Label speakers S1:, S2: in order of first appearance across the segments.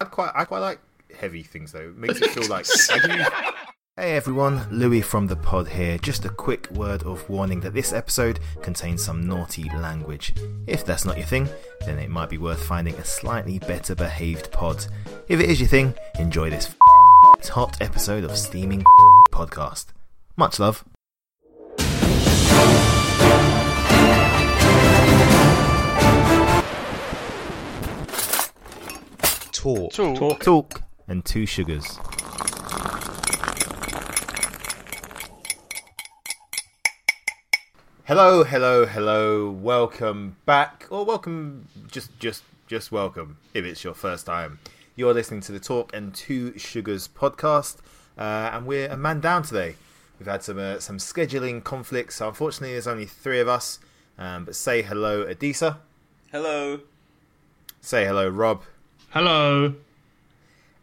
S1: quite I quite like heavy things though. It makes it feel like. Hey everyone, Louis from the pod here. Just a quick word of warning that this episode contains some naughty language. If that's not your thing, then it might be worth finding a slightly better behaved pod. If it is your thing, enjoy this f- hot episode of Steaming Podcast. Much love. Talk.
S2: Talk.
S1: Talk and two sugars. Hello, hello, hello. Welcome back, or welcome just, just, just welcome. If it's your first time, you're listening to the Talk and Two Sugars podcast, uh, and we're a man down today. We've had some uh, some scheduling conflicts. So unfortunately, there's only three of us. Um, but say hello, Adisa.
S3: Hello.
S1: Say hello, Rob,
S2: Hello.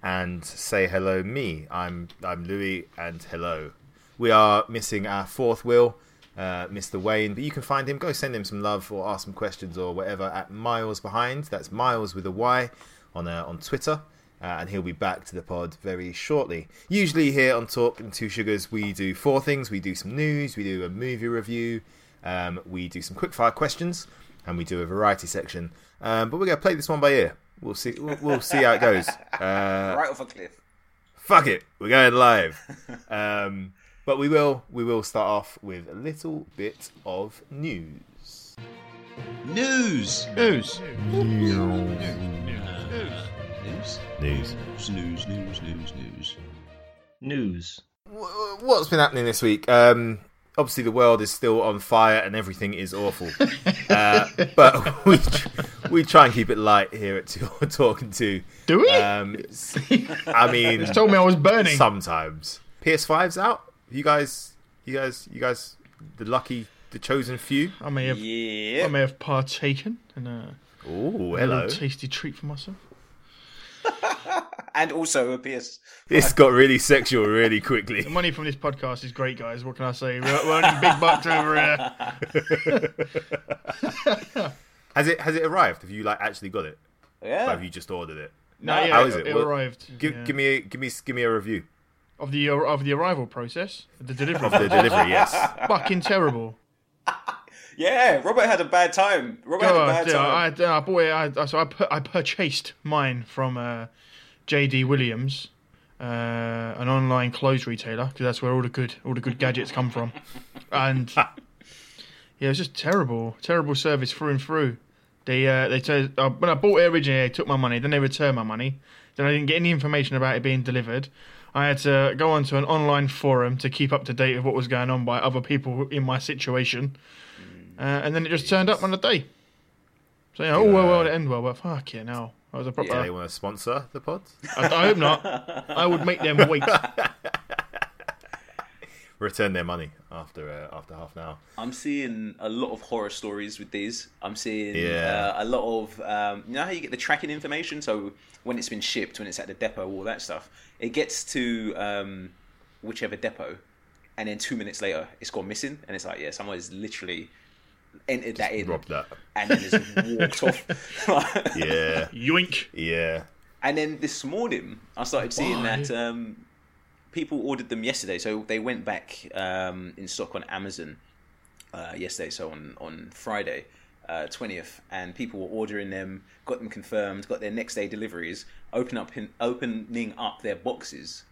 S1: and say hello, me. I'm I'm Louis, and hello. We are missing our fourth wheel, uh, Mr. Wayne, but you can find him. Go send him some love or ask some questions or whatever at Miles Behind. That's Miles with a Y on uh, on Twitter. Uh, and he'll be back to the pod very shortly. Usually here on Talk and Two Sugars, we do four things. We do some news, we do a movie review, um, we do some quickfire questions, and we do a variety section. Um, but we're gonna play this one by ear. We'll see. We'll, we'll see how it goes. Uh,
S3: right off a cliff.
S1: fuck it, we're going live. um, but we will we will start off with a little bit of news.
S3: News.
S2: News.
S3: News.
S1: News.
S3: News. News. News. News.
S2: News.
S1: What's been happening this week? Um, obviously, the world is still on fire and everything is awful. uh, but we tr- we try and keep it light here at Two Talking Two.
S2: Do we?
S1: Um, s- I mean,
S2: Told me I was burning.
S1: sometimes PS5's out. You guys, you guys, you guys, the lucky, the chosen few.
S2: I may have, I
S3: Yeah.
S2: may have partaken in a,
S1: Oh,
S2: a
S1: hello.
S2: little tasty treat for myself.
S3: And also a PS.
S1: This got really sexual really quickly.
S2: The money from this podcast is great, guys. What can I say? We're, we're earning big bucks over here.
S1: Has it has it arrived? Have you like actually got it? Or
S3: Yeah.
S1: have you just ordered it?
S2: No, yeah,
S1: How is it? What-
S2: arrived.
S1: Give,
S2: yeah.
S1: give me a, give me give me a review
S2: of the of the arrival process, the delivery.
S1: of the delivery. Yes.
S2: Fucking terrible.
S3: Yeah. Robert had a bad time. Robert had a
S2: Oh,
S3: bad
S2: yeah,
S3: time.
S2: I, I bought it. I, so I, pur- I purchased mine from uh, JD Williams, uh, an online clothes retailer, because that's where all the good all the good gadgets come from. And yeah, it was just terrible, terrible service through and through. They uh, they said uh, when I bought it originally, they took my money. Then they returned my money. Then I didn't get any information about it being delivered. I had to go onto an online forum to keep up to date with what was going on by other people in my situation. Uh, and then it just turned up on the day. So yeah, oh well, well, it ended well, but fuck yeah, now that was a proper.
S1: Do they want to sponsor the pod?
S2: I, I hope not. I would make them wait.
S1: Return their money after uh, after half an hour.
S3: I'm seeing a lot of horror stories with these. I'm seeing
S1: Yeah.
S3: uh, a lot of um, you know how you get the tracking information. So when it's been shipped, when it's at the depot, all that stuff, it gets to um, whichever depot, and then two minutes later, it's gone missing, and it's like yeah, someone has literally entered that in
S1: Rob that.
S3: and then just walked off.
S1: Yeah,
S2: Yoink.
S1: yeah.
S3: And then this morning, I started seeing
S2: Why?
S3: that um, people ordered them yesterday, so they went back um, in stock on Amazon uh, yesterday, so on on Friday. uh, Twentieth, and people were ordering them, got them confirmed, got their next day deliveries. Open up, opening up their boxes,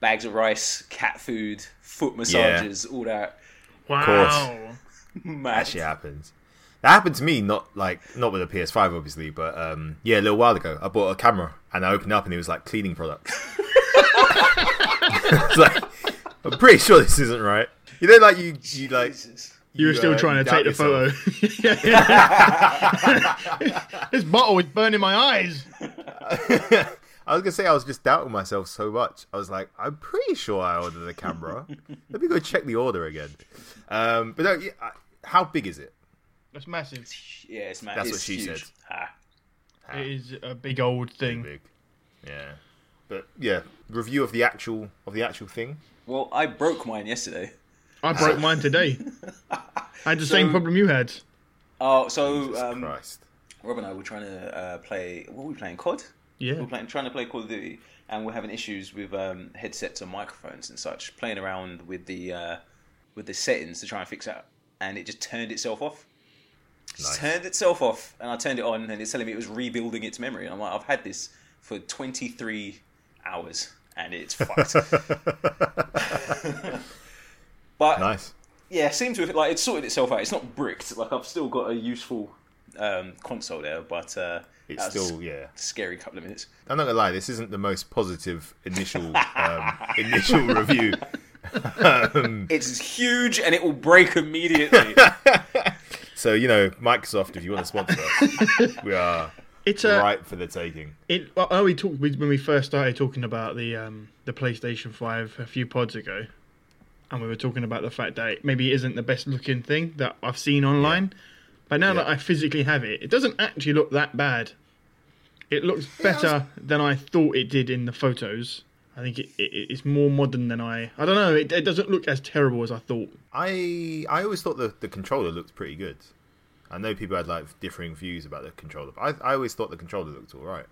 S3: bags of rice, cat food, foot massages, all that.
S2: Wow.
S3: Mad.
S1: Actually happens. That happened to me. Not like not with a PS5, obviously, but um, yeah, a little while ago, I bought a camera and I opened it up and it was like cleaning products. It's like, I'm pretty sure this isn't right. You know, like you, you like
S3: Jesus.
S2: You were still
S1: uh,
S2: trying to
S1: doubt
S2: take the
S1: yourself.
S2: photo. Yeah, yeah. this bottle is burning my eyes.
S1: I was gonna say I was just doubting myself so much. I was like, I'm pretty sure I ordered the camera. Let me go check the order again. Um, but no, yeah, I- how big is it?
S2: That's massive.
S3: Yeah, it's mad.
S1: That's
S3: It's
S1: what she
S3: huge.
S1: said.
S3: Ah.
S2: It is a big old thing.
S1: Big, yeah. But yeah, review of the actual of the actual thing.
S3: Well, I broke mine yesterday.
S2: I broke mine today. I had the same problem you had.
S3: Oh, so
S1: Jesus
S3: um,
S1: Christ,
S3: Rob and I were trying to uh, play. What were we playing? COD.
S2: Yeah.
S3: We're playing, trying to play Call of Duty, and we're having issues with um, headsets and microphones and such. Playing around with the uh, with the settings to try and fix that, and it just turned itself off. Just
S1: Nice.
S3: turned itself off, and I turned it on, and it's telling me it was rebuilding its memory. And I'm like, I've had this for 23 hours, and it's fucked. but
S1: nice.
S3: yeah, it seems to have like it sorted itself out. It's not bricked. Like I've still got a useful um, console there, but uh,
S1: It's
S3: that was
S1: still yeah.
S3: a scary couple of minutes.
S1: I'm not gonna lie. This isn't the most positive initial um, initial review.
S3: It's huge and it will break immediately.
S1: So you know, Microsoft, if you want to sponsor us, we are
S2: It's a.
S1: right for the taking.
S2: It, I know we talked we- when we first started talking about the um, the PlayStation Five a few pods ago, and we were talking about the fact that it maybe isn't the best looking thing that I've seen online. But now that
S1: Yeah.
S2: I physically have it, it doesn't actually look that bad. It looks better than I thought it did in the photos. I think it, it, it's more modern than I. I don't know. It, it doesn't look as terrible as I thought.
S1: I I always thought the the controller looked pretty good. I know people had like differing views about the controller, but I, I always thought the controller looked all right.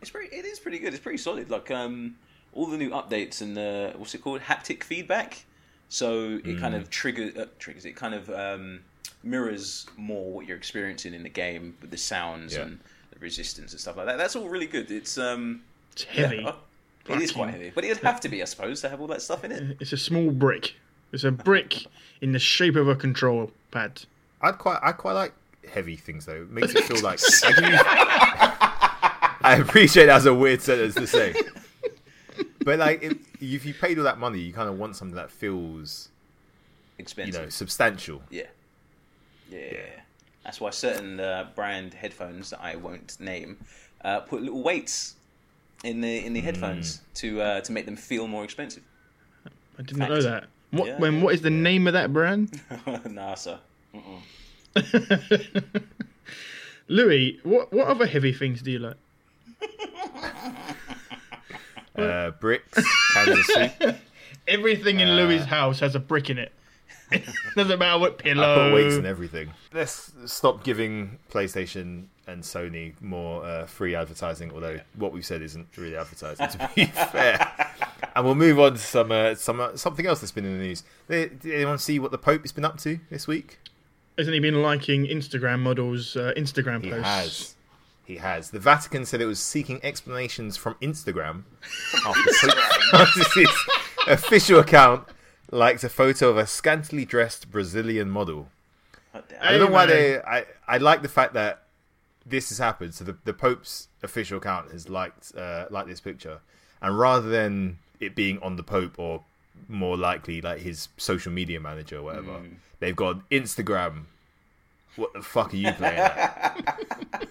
S3: it's pretty. It is pretty good. It's pretty solid. Like um, all the new updates and uh, what's it called? Haptic feedback. So it kind of triggers. Uh, triggers. It kind of um, mirrors more what you're experiencing in the game with the sounds
S1: Yeah.
S3: and the resistance and stuff like that. That's all really good. It's um,
S2: It's heavy.
S3: yeah, uh, it is quite
S2: Fucking-
S3: heavy, but it'd have to be, I suppose, to have all that stuff in it.
S2: It's a small brick. It's a brick in the shape of a control pad.
S1: I quite I quite like heavy things though. It makes it feel like I, do- I appreciate that's a weird sentence to say, but like if, if you paid all that money, you kind of want something that feels you
S3: Expensive.
S1: know substantial.
S3: Yeah. Yeah. That's why certain uh, brand headphones that I won't name uh, put little weights in the in the
S1: Hmm.
S3: headphones to uh, to make them feel more expensive.
S2: I didn't know
S3: Fact.
S2: that. What
S3: Yeah.
S2: when what is the name of that brand?
S3: NASA.
S2: Louis, what what other heavy things do you like?
S1: Uh, bricks, cans of soup.
S2: Everything
S1: Uh,
S2: in Louis's house has a brick in it. Doesn't matter what
S1: I put
S2: pillow.
S1: weights and everything. Let's stop giving PlayStation and Sony more uh, free advertising, although what we've said isn't really advertising, to be fair. And we'll move on to some, uh, some uh, something else that's been in the news. Did did anyone see what the Pope has been up to this week?
S2: Hasn't he been liking Instagram models' uh, Instagram
S1: He
S2: posts?
S1: has. He has. The Vatican said it was seeking explanations from Instagram after Pope Francis' official account liked a photo of a scantily dressed Brazilian model.
S3: Hot damn.
S1: I don't know why
S2: Anyway.
S1: they. I, I like the fact that this has happened. So the, the Pope's official account has liked uh, liked this picture, and rather than it being on the Pope or more likely like his social media manager or whatever, they've got Instagram. What the fuck are you playing at?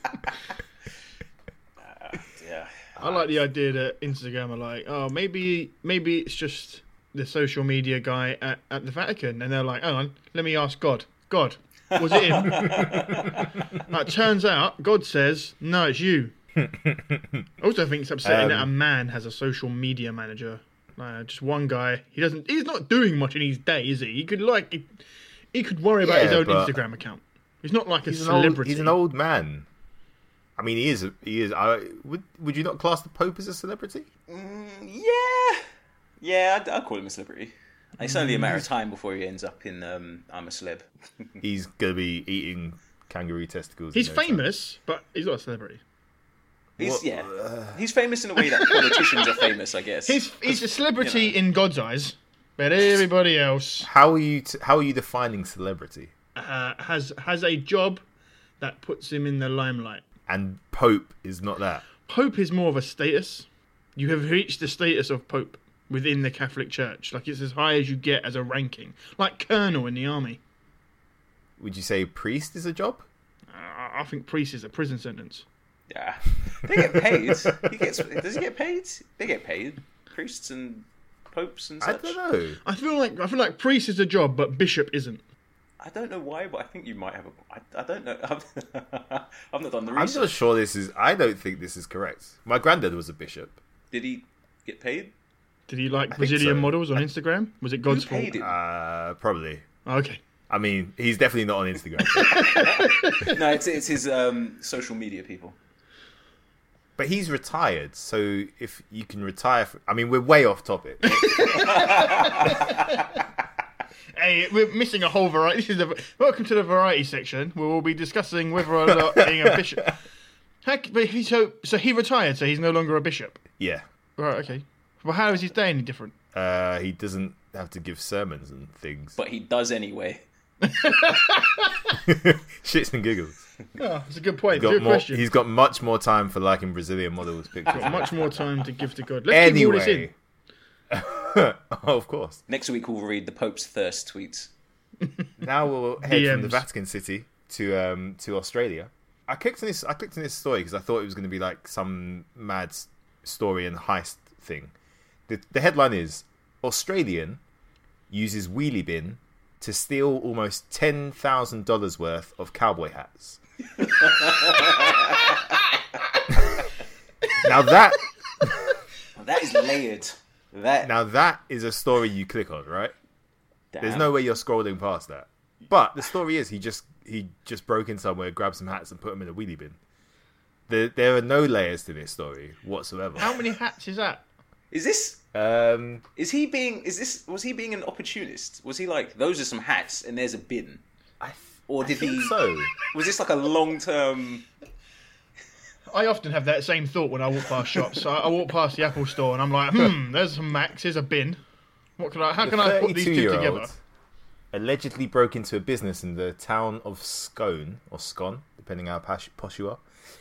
S3: Yeah.
S2: I like the idea that Instagram are like, oh, maybe maybe it's just the social media guy at, at the Vatican, and they're like, hang on, let me ask God. God, was it him? like, turns out God says, no, it's you. I also think it's upsetting that a
S1: Um,
S2: man has a social media manager. Like, just one guy. He doesn't. He's not doing much in his day, is he? He could like, he, he could worry about his
S1: Yeah,
S2: own
S1: but-
S2: Instagram account. He's not like a
S1: He's an
S2: celebrity.
S1: old. He's an old man. I mean, he is. He is. I would. Would you not class the Pope as a celebrity?
S3: Yeah. Yeah. I'd, I'd call him a celebrity. It's only a matter of time before he ends up in um, I'm a celeb.
S1: He's gonna be eating kangaroo testicles. in
S2: He's
S1: no time.
S2: famous, but he's not a celebrity.
S3: He's
S1: What- uh,
S3: yeah. He's famous in a way that politicians are famous, I guess.
S2: He's he's a celebrity in God's eyes, but everybody else
S1: How are you? T- how are you defining celebrity?
S2: uh, has has a job that puts him in the limelight.
S1: and Pope is not that.
S2: Pope is more of a status. You have reached the status of Pope within the Catholic Church. Like it's as high as you get as a ranking, like colonel in the army.
S1: Would you say priest is a job?
S2: I, I think priest is a prison sentence.
S3: Yeah. They get paid. He gets. Does he get paid? They get paid. Priests and popes and
S1: I
S3: such.
S1: don't know.
S2: I feel like I feel like priest is a job, but bishop isn't.
S3: I don't know why, but I think you might have a. I, I don't know. I've, I've not done the
S1: I'm
S3: research.
S1: not sure this is. I don't think this is correct. My granddad was a bishop.
S3: Did he get paid?
S2: Did he like
S1: think
S2: Brazilian
S1: so.
S2: models on Instagram? Was it God's fault?
S3: Paid him?
S1: Uh, probably.
S2: Okay.
S1: I mean, he's definitely not on Instagram.
S3: no, it's, it's his um, social media people.
S1: But he's retired, so if you can retire, fr- I mean, we're way off topic.
S2: Hey, we're missing a whole variety. This is the welcome to the variety section, where we'll be discussing whether or not being a bishop. Heck, but he, so so he retired, so he's no longer a bishop.
S1: yeah,
S2: Right, okay. Well, how is his day any different?
S1: uh, he doesn't have to give sermons and things.
S3: but he does anyway.
S1: Shits and giggles.
S2: Oh, it's a good point.
S1: Got
S2: Good
S1: more,
S2: question.
S1: he's got much more time for liking Brazilian models pictures.
S2: Got much more time to give to God. Let's keep all this in.
S1: anyway, oh, of course.
S3: Next week we'll read the Pope's thirst tweets.
S1: now we'll head from the
S2: DMs.
S1: Vatican City to um to Australia. I clicked on this. I clicked on this story because I thought it was going to be like some mad s- story and heist thing. The, the headline is Australian uses wheelie bin to steal almost ten thousand dollars worth of cowboy hats. now that
S3: Oh, That is layered. That
S1: now that is a story you click on, right? There's
S3: damn.
S1: no way you're scrolling past that. But the story is he just he just broke in somewhere, grabbed some hats, and put them in a wheelie bin. There, there are no layers to this story whatsoever.
S2: How many hats is that?
S3: Is this?
S1: Um,
S3: Is he being? Is this? Was he being an opportunist? Was he like those are some hats and there's a bin?
S1: I th-
S3: Or
S1: I
S3: did
S1: think
S3: he?
S1: so?
S3: Was this like a long term?
S2: I often have that same thought when I walk past shops. I, I walk past the Apple store and I'm like, hmm, there's some Macs, here's a bin. What can I? How can I put these two together?
S1: 32-year-old Allegedly broke into a business in the town of Scone or Scone, depending how posh, posh you are,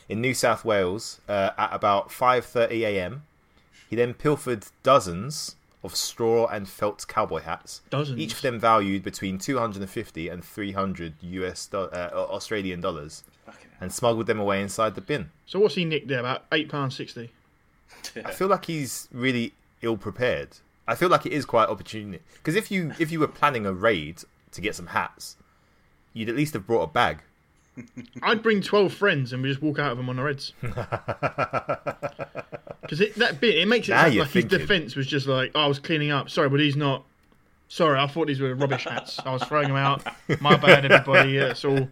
S1: in New South Wales uh, at about 5:30 a.m. He then pilfered dozens of straw and felt cowboy hats,
S2: Dozens?
S1: each of them valued between 250 and 300 US do- uh, Australian dollars, and smuggled them away inside the bin.
S2: So what's he nicked there? About eight pounds sixty.
S1: I feel like he's really ill prepared. I feel like it is quite opportunity because if you if you were planning a raid to get some hats, you'd at least have brought a bag.
S2: I'd bring twelve friends and we just walk out of them on the reds. Because that bit it makes it
S1: Now
S2: sound
S1: you're
S2: like
S1: thinking.
S2: his defence was just like, oh, I was cleaning up. Sorry, but he's not. Sorry, I thought these were rubbish hats. I was throwing them out. My bad, everybody. Yeah, it's all.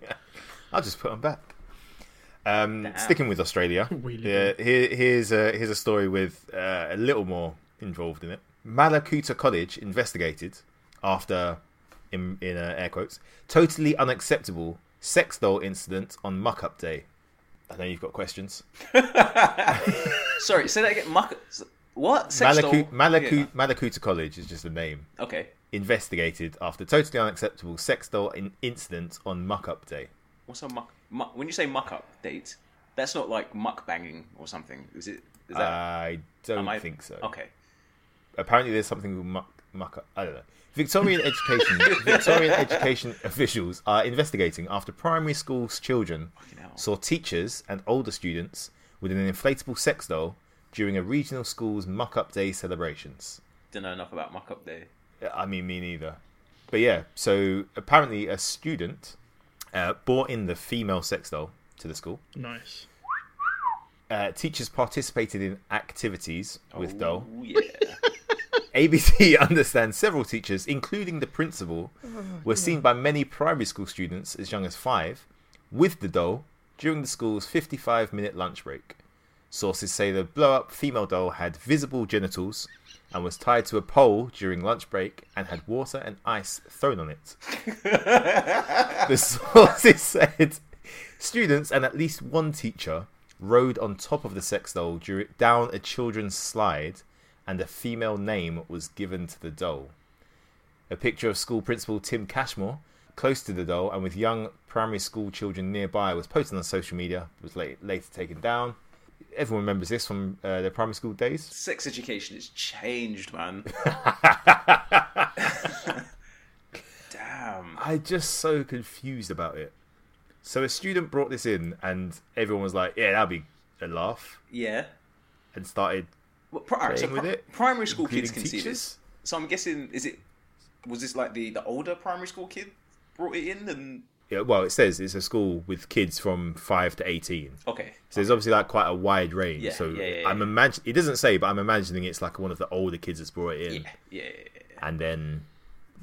S1: I'll just put them back. Um, sticking with Australia,
S2: Wheelie
S1: yeah, here, here's a here's a story with uh, a little more involved in it. Malakuta College investigated after, in, in uh, air quotes, totally unacceptable sex doll incident on Muck Up Day. I know you've got questions.
S3: Sorry, say that again. Muck. What? Sex
S1: Malaku,
S3: doll?
S1: Malaku, Malakuta College is just a name.
S3: Yeah. Okay.
S1: Investigated after totally unacceptable sex doll in- incident on Muck Up Day.
S3: What's a muck? muck when you say muck up date, that's not like muck banging or something, is it? Is that?
S1: Uh, I don't
S3: am I-
S1: think so.
S3: Okay.
S1: Apparently, there's something with muck, muck up. I don't know. Victorian education Victorian education officials are investigating after primary school's children
S3: hell.
S1: saw teachers and older students with an inflatable sex doll during a regional school's Muck Up Day celebrations.
S3: Don't know enough about muck up day.
S1: I mean, me neither. But yeah, so apparently a student uh, brought in the female sex doll to the school.
S2: Nice.
S1: Uh, teachers participated in activities
S3: Oh.
S1: with doll.
S3: Ooh, yeah.
S1: ABC understands several teachers, including the principal, were seen by many primary school students as young as five with the doll during the school's 55 minute lunch break. Sources say the blow up female doll had visible genitals and was tied to a pole during lunch break and had water and ice thrown on it. the sources said students and at least one teacher rode on top of the sex doll dur- down a children's slide and a female name was given to the doll. A picture of school principal Tim Cashmore close to the doll and with young primary school children nearby was posted on social media, was late, later taken down. Everyone remembers this from uh, their primary school days.
S3: Sex education has changed, man. Damn.
S1: I'm just so confused about it. So a student brought this in and everyone was like, yeah, that'd be a laugh,
S3: Yeah.
S1: and started
S3: Well, pri- alright, so
S1: Playing with
S3: pri-
S1: it,
S3: primary school kids
S1: including
S3: can see this.
S1: teachers.
S3: So I'm guessing, is it? Was this like the the older primary school kid brought it in? And
S1: Yeah, well, it says it's a school with kids from 5 to 18.
S3: okay,
S1: So there's obviously like quite a wide range.
S3: Yeah,
S1: so
S3: yeah, yeah,
S1: I'm
S3: yeah.
S1: imagine it doesn't say, but I'm imagining it's like one of the older kids that's brought it in,
S3: yeah, yeah, yeah, yeah.
S1: and then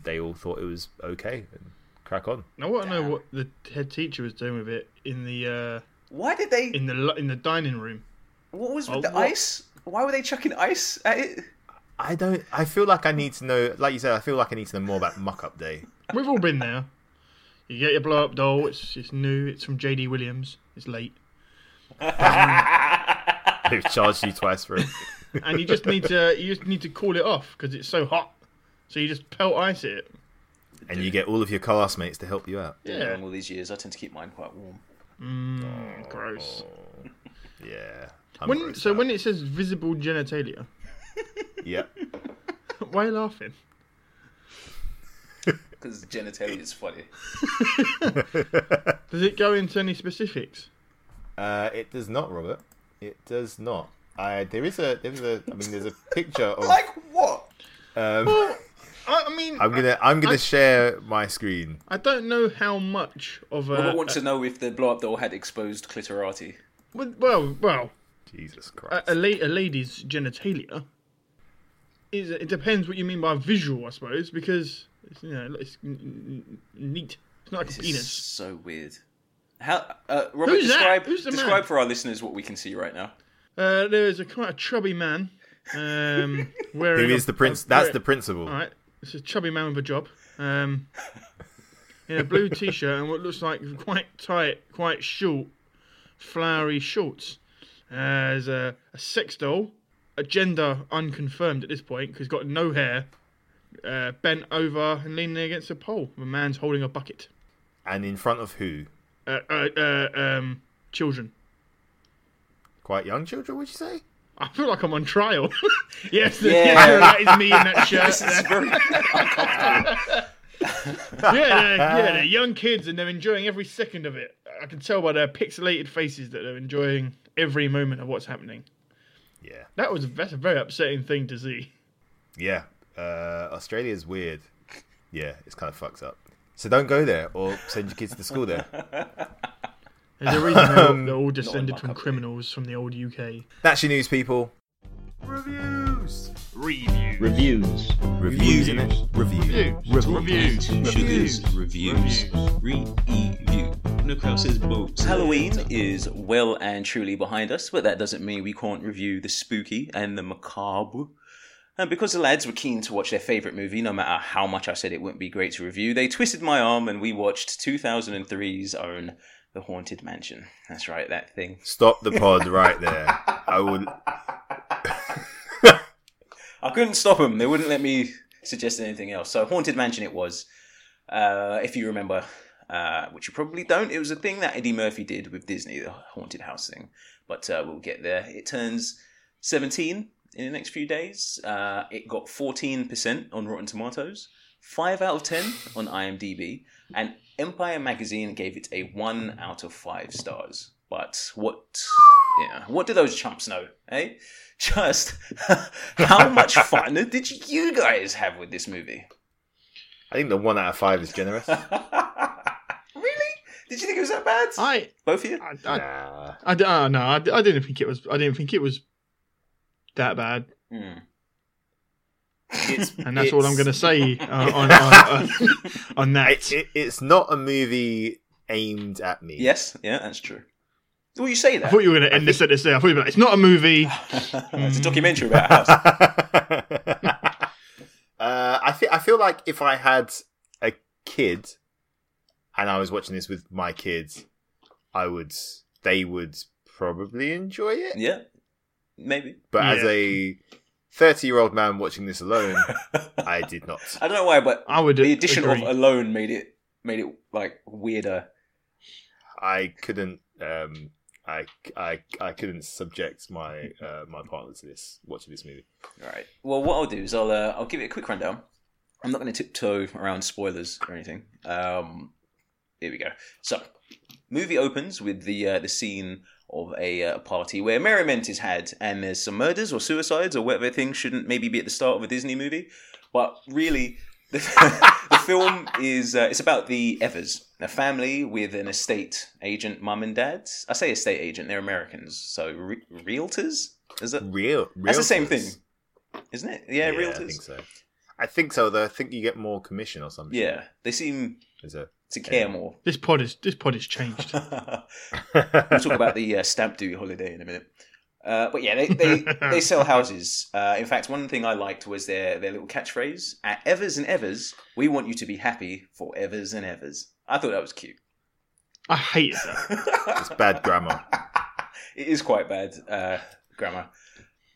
S1: they all thought it was okay and crack on.
S2: I want to know
S3: Damn.
S2: what the head teacher was doing with it in the uh,
S3: Why did they?
S2: in the lu- in the dining room.
S3: What was with
S1: Oh,
S3: the
S1: what-
S3: ice? Why were they chucking ice at it?
S1: I don't. I feel like I need to know. Like you said, I feel like I need to know more about Muck Up Day.
S2: We've all been there. You get your blow up doll. It's it's new. It's from JD Williams. It's late,
S1: They've charged you twice for it.
S2: and you just need to you just need to cool it off because it's so hot. So you just pelt ice at it.
S1: and you get all of your classmates to help you out.
S2: Yeah.
S3: Along all these years, I tend to keep mine quite warm.
S2: Mm, gross.
S1: Yeah. I'm
S2: When
S1: grossed
S2: so
S1: Oh, out.
S2: when it says visible genitalia,
S1: yeah,
S2: why are you laughing?
S3: Because genitalia is funny.
S2: Does it go into any specifics?
S1: uh, it does not, Robert. It does not. I there is a there is a I mean there's a picture of
S3: Like what?
S1: um,
S2: I, I mean,
S1: I'm gonna I'm gonna share my screen.
S2: I don't know how much of a
S3: Robert wants to know if the blow up doll had exposed clitorati.
S2: well well, well
S1: Jesus
S2: a,
S1: Christ.
S2: a, la- a lady's genitalia is it depends what you mean by visual, I suppose, because it's, you know it's n- n- neat. It's not like a
S3: This is
S2: penis.
S3: so weird. How, uh, Robert,
S2: Who's that?
S3: describe,
S2: Who's the man?
S3: describe for our listeners what we can see right now.
S2: Uh, there is a quite a chubby man. Um,
S1: Who
S2: wearing
S1: is the prince? That's the principal.
S2: All right, it's a chubby man with a job. Um, in a blue t-shirt and what looks like quite tight, quite short, flowery shorts. Uh, there's a, a sex doll, a gender unconfirmed at this point, because got no hair, uh, bent over and leaning against a pole. A man's holding a bucket.
S1: And in front of who?
S2: Uh, uh, uh, um, children.
S1: Quite young children, would you say?
S2: I feel like I'm on trial. yes, the-
S3: Yeah.
S2: yeah, that is me in that shirt.
S3: This is very
S2: yeah, they're, yeah, they're young kids and they're enjoying every second of it. I can tell by their pixelated faces that they're enjoying every moment of what's happening.
S1: Yeah.
S2: That was that's a very upsetting thing to see.
S1: Yeah. Uh, Australia's weird. Yeah, it's kind of fucked up. So don't go there or send your kids to school there.
S2: There's a reason they're, all- they're all
S3: Um, my
S2: descended from
S3: cup of tea.
S2: criminals from the old UK.
S1: That's your news, people.
S4: Reviews.
S1: Reviews, innit? Review.
S4: Reviews.
S5: Sugars reviews. Review. Nick House says boats.
S3: Halloween is well and truly behind us, but that doesn't mean we can't review the spooky and the macabre. And because the lads were keen to watch their favourite movie, no matter how much I said it wouldn't be great to review, they twisted my arm and we watched 2003's own The Haunted Mansion. That's right, that thing.
S1: Stop the pod right there. I would.
S3: I couldn't stop them. They wouldn't let me suggest anything else. So Haunted Mansion it was. Uh, if you remember, uh, which you probably don't, it was a thing that Eddie Murphy did with Disney, the haunted house thing. But uh, we'll get there. It turns 17 in the next few days. Uh, it got 14% on Rotten Tomatoes, 5 out of 10 on IMDb, and Empire Magazine gave it a 1 out of 5 stars. But what, yeah, what do those chumps know, eh? Just how much fun did you guys have with this movie?
S1: I think the one out of five is generous.
S3: really? Did you think it was that bad?
S2: I,
S3: Both of you?
S2: I, I,
S1: Nah.
S2: I, d- oh, no, I, d- I didn't think it was. I didn't think it was that bad,
S3: Hmm.
S1: It's,
S2: and that's all I'm going to
S1: it's-
S2: say uh, on on, uh, on
S1: It,
S2: that.
S1: it, it's not a movie aimed at me.
S3: Yes, yeah, that's true. Well, you say
S2: I
S3: that.
S2: thought you were going to end this sentence there. I thought you were like, it's not a movie.
S3: it's a documentary about a house.
S1: uh, I feel I feel like if I had a kid and I was watching this with my kids, I would they would probably enjoy it.
S3: Yeah, maybe.
S1: But as
S2: Yeah.
S1: a thirty year old man watching this alone, I did not.
S3: I don't know why, but
S2: I would
S3: the addition
S2: agree.
S3: of alone made it made it like weirder.
S1: I couldn't. Um, I, I, I couldn't subject my uh, my partner to this watching this movie.
S3: Right. Well, what I'll do is I'll uh, I'll give it a quick rundown. I'm not going to tiptoe around spoilers or anything. Um, here we go. So, movie opens with the uh, the scene of a uh, party where merriment is had, and there's some murders or suicides or whatever things shouldn't maybe be at the start of a Disney movie, but really. The, the film is uh, it's about the Evers, a family with an estate agent, mum and dad. I say estate agent; they're Americans, so re- realtors. Is that
S1: Real,
S3: That's the same
S1: realtors.
S3: thing. isn't it? Yeah,
S1: I
S3: realtors.
S1: think so. I think so. Though I think you get more commission or something.
S3: Yeah, they seem
S1: Is it?
S3: to care more.
S2: this pod is this pod is changed.
S3: we'll talk about the uh, stamp duty holiday in a minute. Uh, but yeah, they, they, they sell houses. Uh, in fact, one thing I liked was their, their little catchphrase at Evers and Evers, we want you to be happy for Evers and Evers. I thought that was cute.
S2: I hate that.
S3: it's
S1: Bad grammar.
S3: It is quite bad uh, grammar.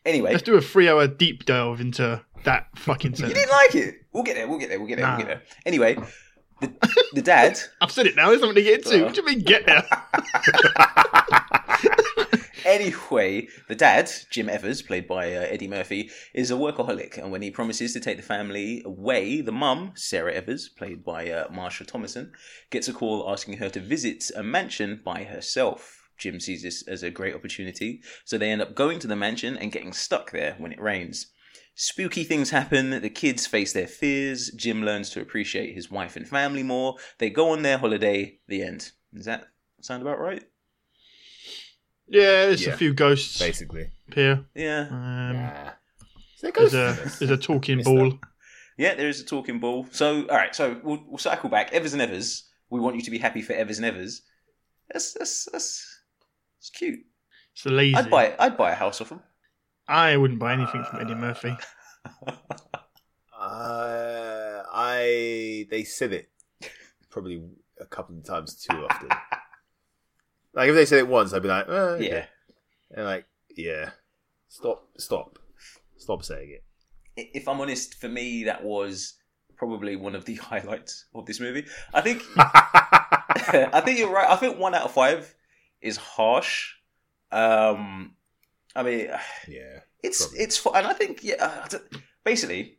S3: Anyway,
S2: Let's do a three-hour deep dive into that fucking
S3: you
S2: sentence.
S3: didn't like it. We'll get there. We'll get there. We'll get there. We'll get there. Anyway, the, the dad.
S2: I've said it now. There's something to get
S3: Oh.
S2: into. What do you mean get there?
S3: Anyway, the dad, Jim Evers, played by uh, Eddie Murphy, is a workaholic, and when he promises to take the family away, the mum, Sarah Evers, played by uh, Marsha Thomason, gets a call asking her to visit a mansion by herself. Jim sees this as a great opportunity, so they end up going to the mansion and getting stuck there when it rains. Spooky things happen, the kids face their fears, Jim learns to appreciate his wife and family more, they go on their holiday, the end. Does that sound about right?
S2: Yeah, there's
S1: Yeah.
S2: a few ghosts
S1: basically.
S2: here.
S3: Yeah.
S2: Um,
S1: Yeah. Is there
S2: There's
S1: ghosts in
S2: a
S1: this?
S2: there's a talking
S3: Missed
S2: ball.
S3: Yeah, there is a talking ball. So, all right, so we'll, we'll cycle back. Evers and Evers. We want you to be happy for Evers and Evers. That's that's that's, that's cute.
S2: It's lazy.
S3: I'd buy I'd buy a house off them.
S2: I wouldn't buy anything from Eddie Murphy.
S1: Uh, I they said it probably a couple of times too often. like if they said it once, I'd be like, uh, okay.
S3: Yeah.
S1: and like, yeah, stop, stop, stop saying it.
S3: I- If I'm honest, for me that was probably one of the highlights of this movie. I think I think you're right. I think one out of five is harsh. Um, I mean,
S1: yeah,
S3: it's
S1: Probably.
S3: it's fu- and I think yeah, uh, I don't- basically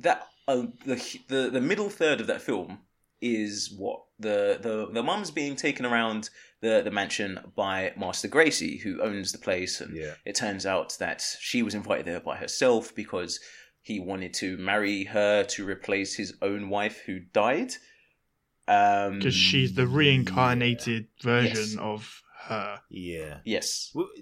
S3: that uh, the the the middle third of that film is what the the the mum's being taken around the the mansion by Master Gracie, who owns the place, and
S1: yeah,
S3: it turns out that she was invited there by herself because he wanted to marry her to replace his own wife who died. Um,
S2: because she's the reincarnated version
S3: Mm. Yes.
S2: of her.
S1: yeah.
S3: yes.
S1: W-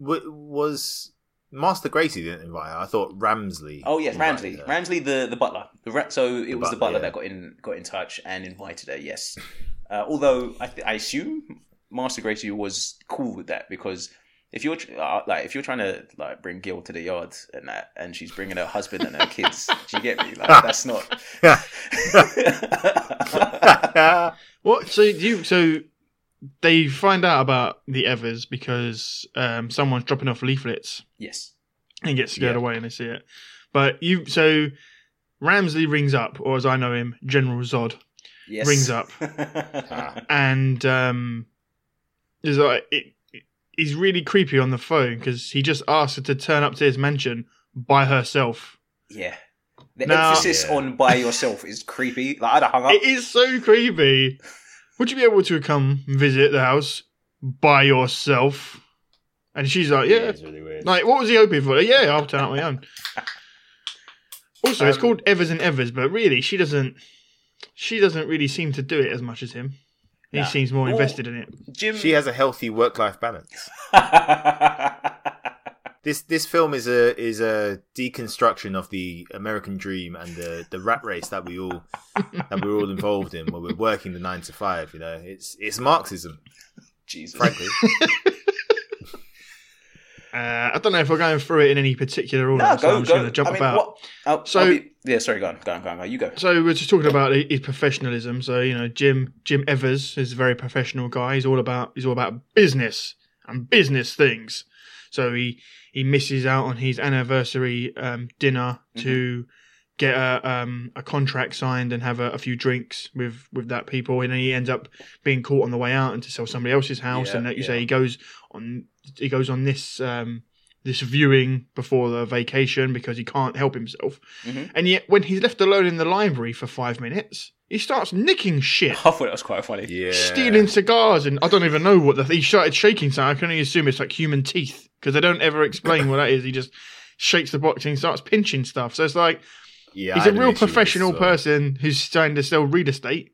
S1: w- was Master Gracie didn't invite her? I thought Ramsley.
S3: Oh yes,
S1: invited
S3: Ramsley.
S1: her.
S3: Ramsley, the the butler. The ra- so it
S1: The
S3: was the
S1: butler,
S3: butler
S1: yeah.
S3: that got in got in touch and invited her. Yes. Uh, although I, th- I assume Master Gracie was cool with that because if you're tr- uh, like if you're trying to like bring Gil to the yard and that and she's bringing her husband and her kids, do you get me? Like that's not.
S2: What? So you so they find out about the Evers because um, someone's dropping off leaflets
S3: yes.
S2: and gets scared
S1: Yeah.
S2: away and they see it. But you so Ramsley rings up, or as I know him, General Zod,
S3: Yes.
S2: Rings up.
S1: Ah.
S2: and um, is like it, it- he's really creepy on the phone because he just asks her to turn up to his mansion by herself.
S3: yeah. The
S2: Now-
S3: emphasis
S1: Yeah.
S3: on by yourself is creepy. Like I'd have hung up.
S2: It is so creepy. Would you be able to come visit the house by yourself? And she's like, yeah.
S1: it's really weird.
S2: Like, what was he hoping for? Like, yeah, I'll turn out my own. Also, it's
S1: Um,
S2: called Evers and Evers, but really, she doesn't. She doesn't really seem to do it as much as him. He
S3: Nah.
S2: seems more
S3: Well-
S2: invested in it.
S3: Jim.
S1: She has a healthy work-life balance. This this film is a is a deconstruction of the American dream and the, the rat race that we all that we're all involved in where we're working the nine to five, you know. It's it's Marxism,
S3: Jesus.
S1: frankly.
S2: Uh, I don't know if we're going through it in any particular order, so I'm just going to jump about.
S3: What, I'll,
S2: So-
S3: I'll be, yeah, sorry, go on, go on, go on, go on. You go.
S2: So we're just talking about his professionalism. So you know, Jim Jim Evers is a very professional guy. He's all about he's all about business and business things. So he he misses out on his anniversary um, dinner
S3: Mm-hmm.
S2: to get a um, a contract signed and have a, a few drinks with with that people, and then he ends up being caught on the way out and to sell somebody else's house.
S3: Yeah,
S2: and like you
S3: yeah.
S2: say, he goes on he goes on this. Um, this viewing before the vacation because he can't help himself.
S1: Mm-hmm.
S2: And yet, when he's left alone in the library for five minutes, he starts nicking shit,
S3: I thought that was quite funny.
S1: Oh, Yeah.
S2: stealing cigars, and I don't even know what the. He started shaking something. I can only assume it's like human teeth because they don't ever explain what that is. He just shakes the box and he starts pinching stuff. So it's like
S1: Yeah,
S2: he's
S1: I
S2: a
S1: had an
S2: real
S1: issue with this uh,
S2: professional
S1: as well.
S2: person who's trying to sell real estate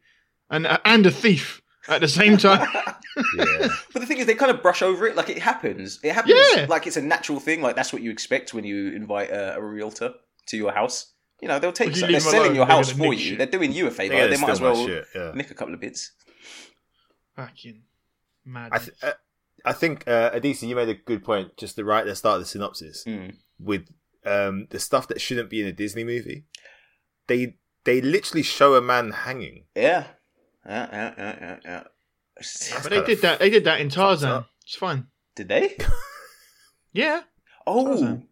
S2: and uh, and a thief at the same time.
S1: Yeah.
S3: But the thing is, they kind of brush over it like it happens. It happens
S2: Yeah.
S3: like it's a natural thing. Like that's what you expect when you invite a, a realtor to your house. You know, they'll take.
S2: If you
S3: some-
S2: leave
S3: They're
S2: them
S3: selling
S2: alone,
S3: your
S2: they're
S3: house
S2: gonna
S3: for
S2: nick
S3: you.
S2: shit.
S3: They're doing you a favor.
S1: Yeah,
S3: they
S1: it's
S3: might as
S1: still my
S3: well
S1: shit, yeah.
S3: nick a couple of bits.
S2: Fucking mad.
S1: I th- uh, I think uh, Adisa, you made a good point just the right at the start of the synopsis
S3: Hmm.
S1: with um, the stuff that shouldn't be in a Disney movie. They they literally show a man hanging.
S3: Yeah. Yeah, yeah, yeah, yeah, yeah.
S2: But they did that. They did that in Tarzan. It's fine.
S3: Did they?
S2: Yeah.
S3: Oh,
S2: Tarzan.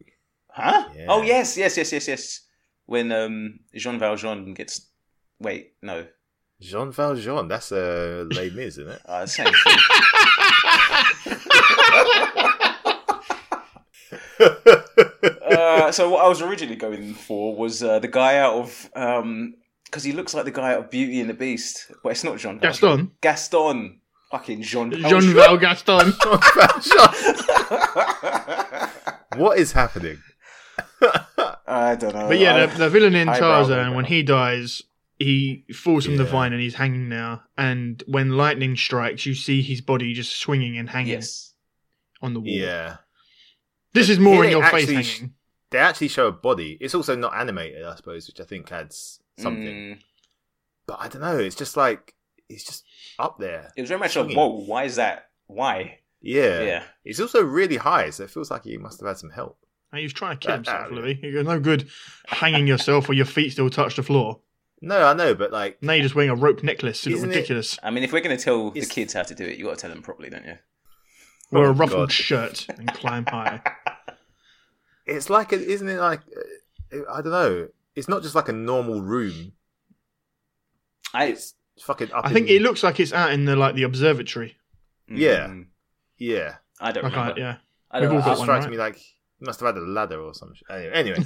S3: huh?
S1: Yeah.
S3: Oh yes, yes, yes, yes, yes. When um, Jean Valjean gets, wait, no,
S1: Jean Valjean, that's a Les Mis, isn't it?
S3: uh, same thing. uh, so what I was originally going for was uh, the guy out of um, because he looks like the guy out of Beauty and the Beast, but it's not Jean. Valjean.
S2: Gaston.
S3: Gaston. Fucking Jean.
S2: Jean
S3: Valjean.
S2: Val Gaston.
S1: Jean Valjean. What is happening?
S3: I don't know.
S2: But yeah, the, the villain in
S3: eyebrow,
S2: Tarzan,
S3: eyebrow.
S2: when he dies, he falls from the
S1: Yeah.
S2: vine and he's hanging now. And when lightning strikes, you see his body just swinging and hanging
S3: yes.
S2: on the wall.
S1: Yeah.
S2: This is more
S1: Here
S2: in
S1: they
S2: your face
S1: actually
S2: hanging.
S1: sh- They actually show a body. It's also not animated, I suppose, which I think adds something.
S3: Mm,
S1: But I don't know. It's just like it's just up there.
S3: it was very much like, whoa, why is that? Why?
S1: Yeah.
S3: Yeah.
S1: It's also really high, so it feels like he must have had some help.
S2: And he was trying to kill
S1: Uh,
S2: himself,
S1: uh,
S2: Louis. He goes, no good hanging yourself where your feet still touch the floor.
S1: No, I know, but like,
S2: Now you're just wearing a rope necklace. It's
S1: Isn't it-
S2: ridiculous.
S3: I mean, if we're going to tell
S1: It's-
S3: the kids how to do it, you got to tell them properly, don't you?
S2: Wear a
S1: Oh,
S2: ruffled
S1: God.
S2: shirt and climb high.
S1: it's like, a, isn't it like, uh, I don't know. It's not just like a normal room.
S3: I
S1: It's fucking up.
S2: I think
S1: in-
S2: it looks like it's out in the like the observatory.
S1: Yeah.
S3: Mm,
S1: Yeah.
S3: I don't
S2: Like, uh,
S3: remember.
S2: yeah.
S3: I
S2: We've
S3: don't
S2: all
S1: It
S2: got
S3: know.
S2: one,
S1: strikes
S2: right?
S1: me like he must have had a ladder or something. Anyway, anyway.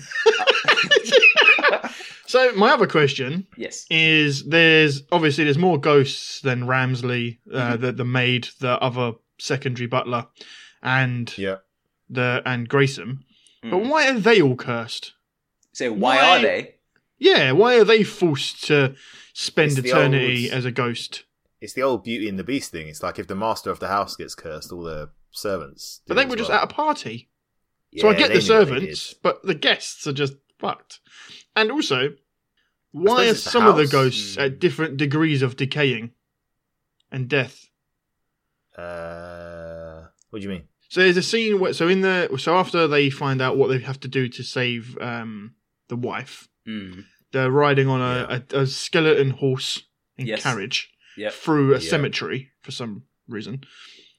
S2: So my other question
S3: Yes.
S2: is there's obviously there's more ghosts than Ramsley, uh,
S1: Mm-hmm.
S2: the the maid, the other secondary butler, and
S1: yeah.
S2: the and Grayson. But
S3: Mm.
S2: why are they all cursed?
S3: So why,
S2: Why-
S3: are they?
S2: Yeah, why are they forced to spend
S1: It's the
S2: eternity
S1: old-
S2: as a ghost?
S1: It's the old Beauty and the Beast thing. It's like if the master of the house gets cursed, all the servants. do
S2: But they
S1: as
S2: were just
S1: well.
S2: at a party, so I
S1: Yeah,
S2: get
S1: they knew what they
S2: the servants,
S1: did.
S2: but the guests are just fucked. And also,
S1: suppose
S2: why are
S1: it's the
S2: some of the
S1: house. Hmm.
S2: ghosts
S3: Mm.
S2: at different degrees of decaying and death?
S1: Uh, what do you mean?
S2: So there's a scene where so in the so after they find out what they have to do to save um the wife,
S3: Mm.
S2: they're riding on a, a, a skeleton horse and
S3: Yes.
S2: carriage
S3: Yep.
S2: through a
S1: Yeah.
S2: cemetery for some reason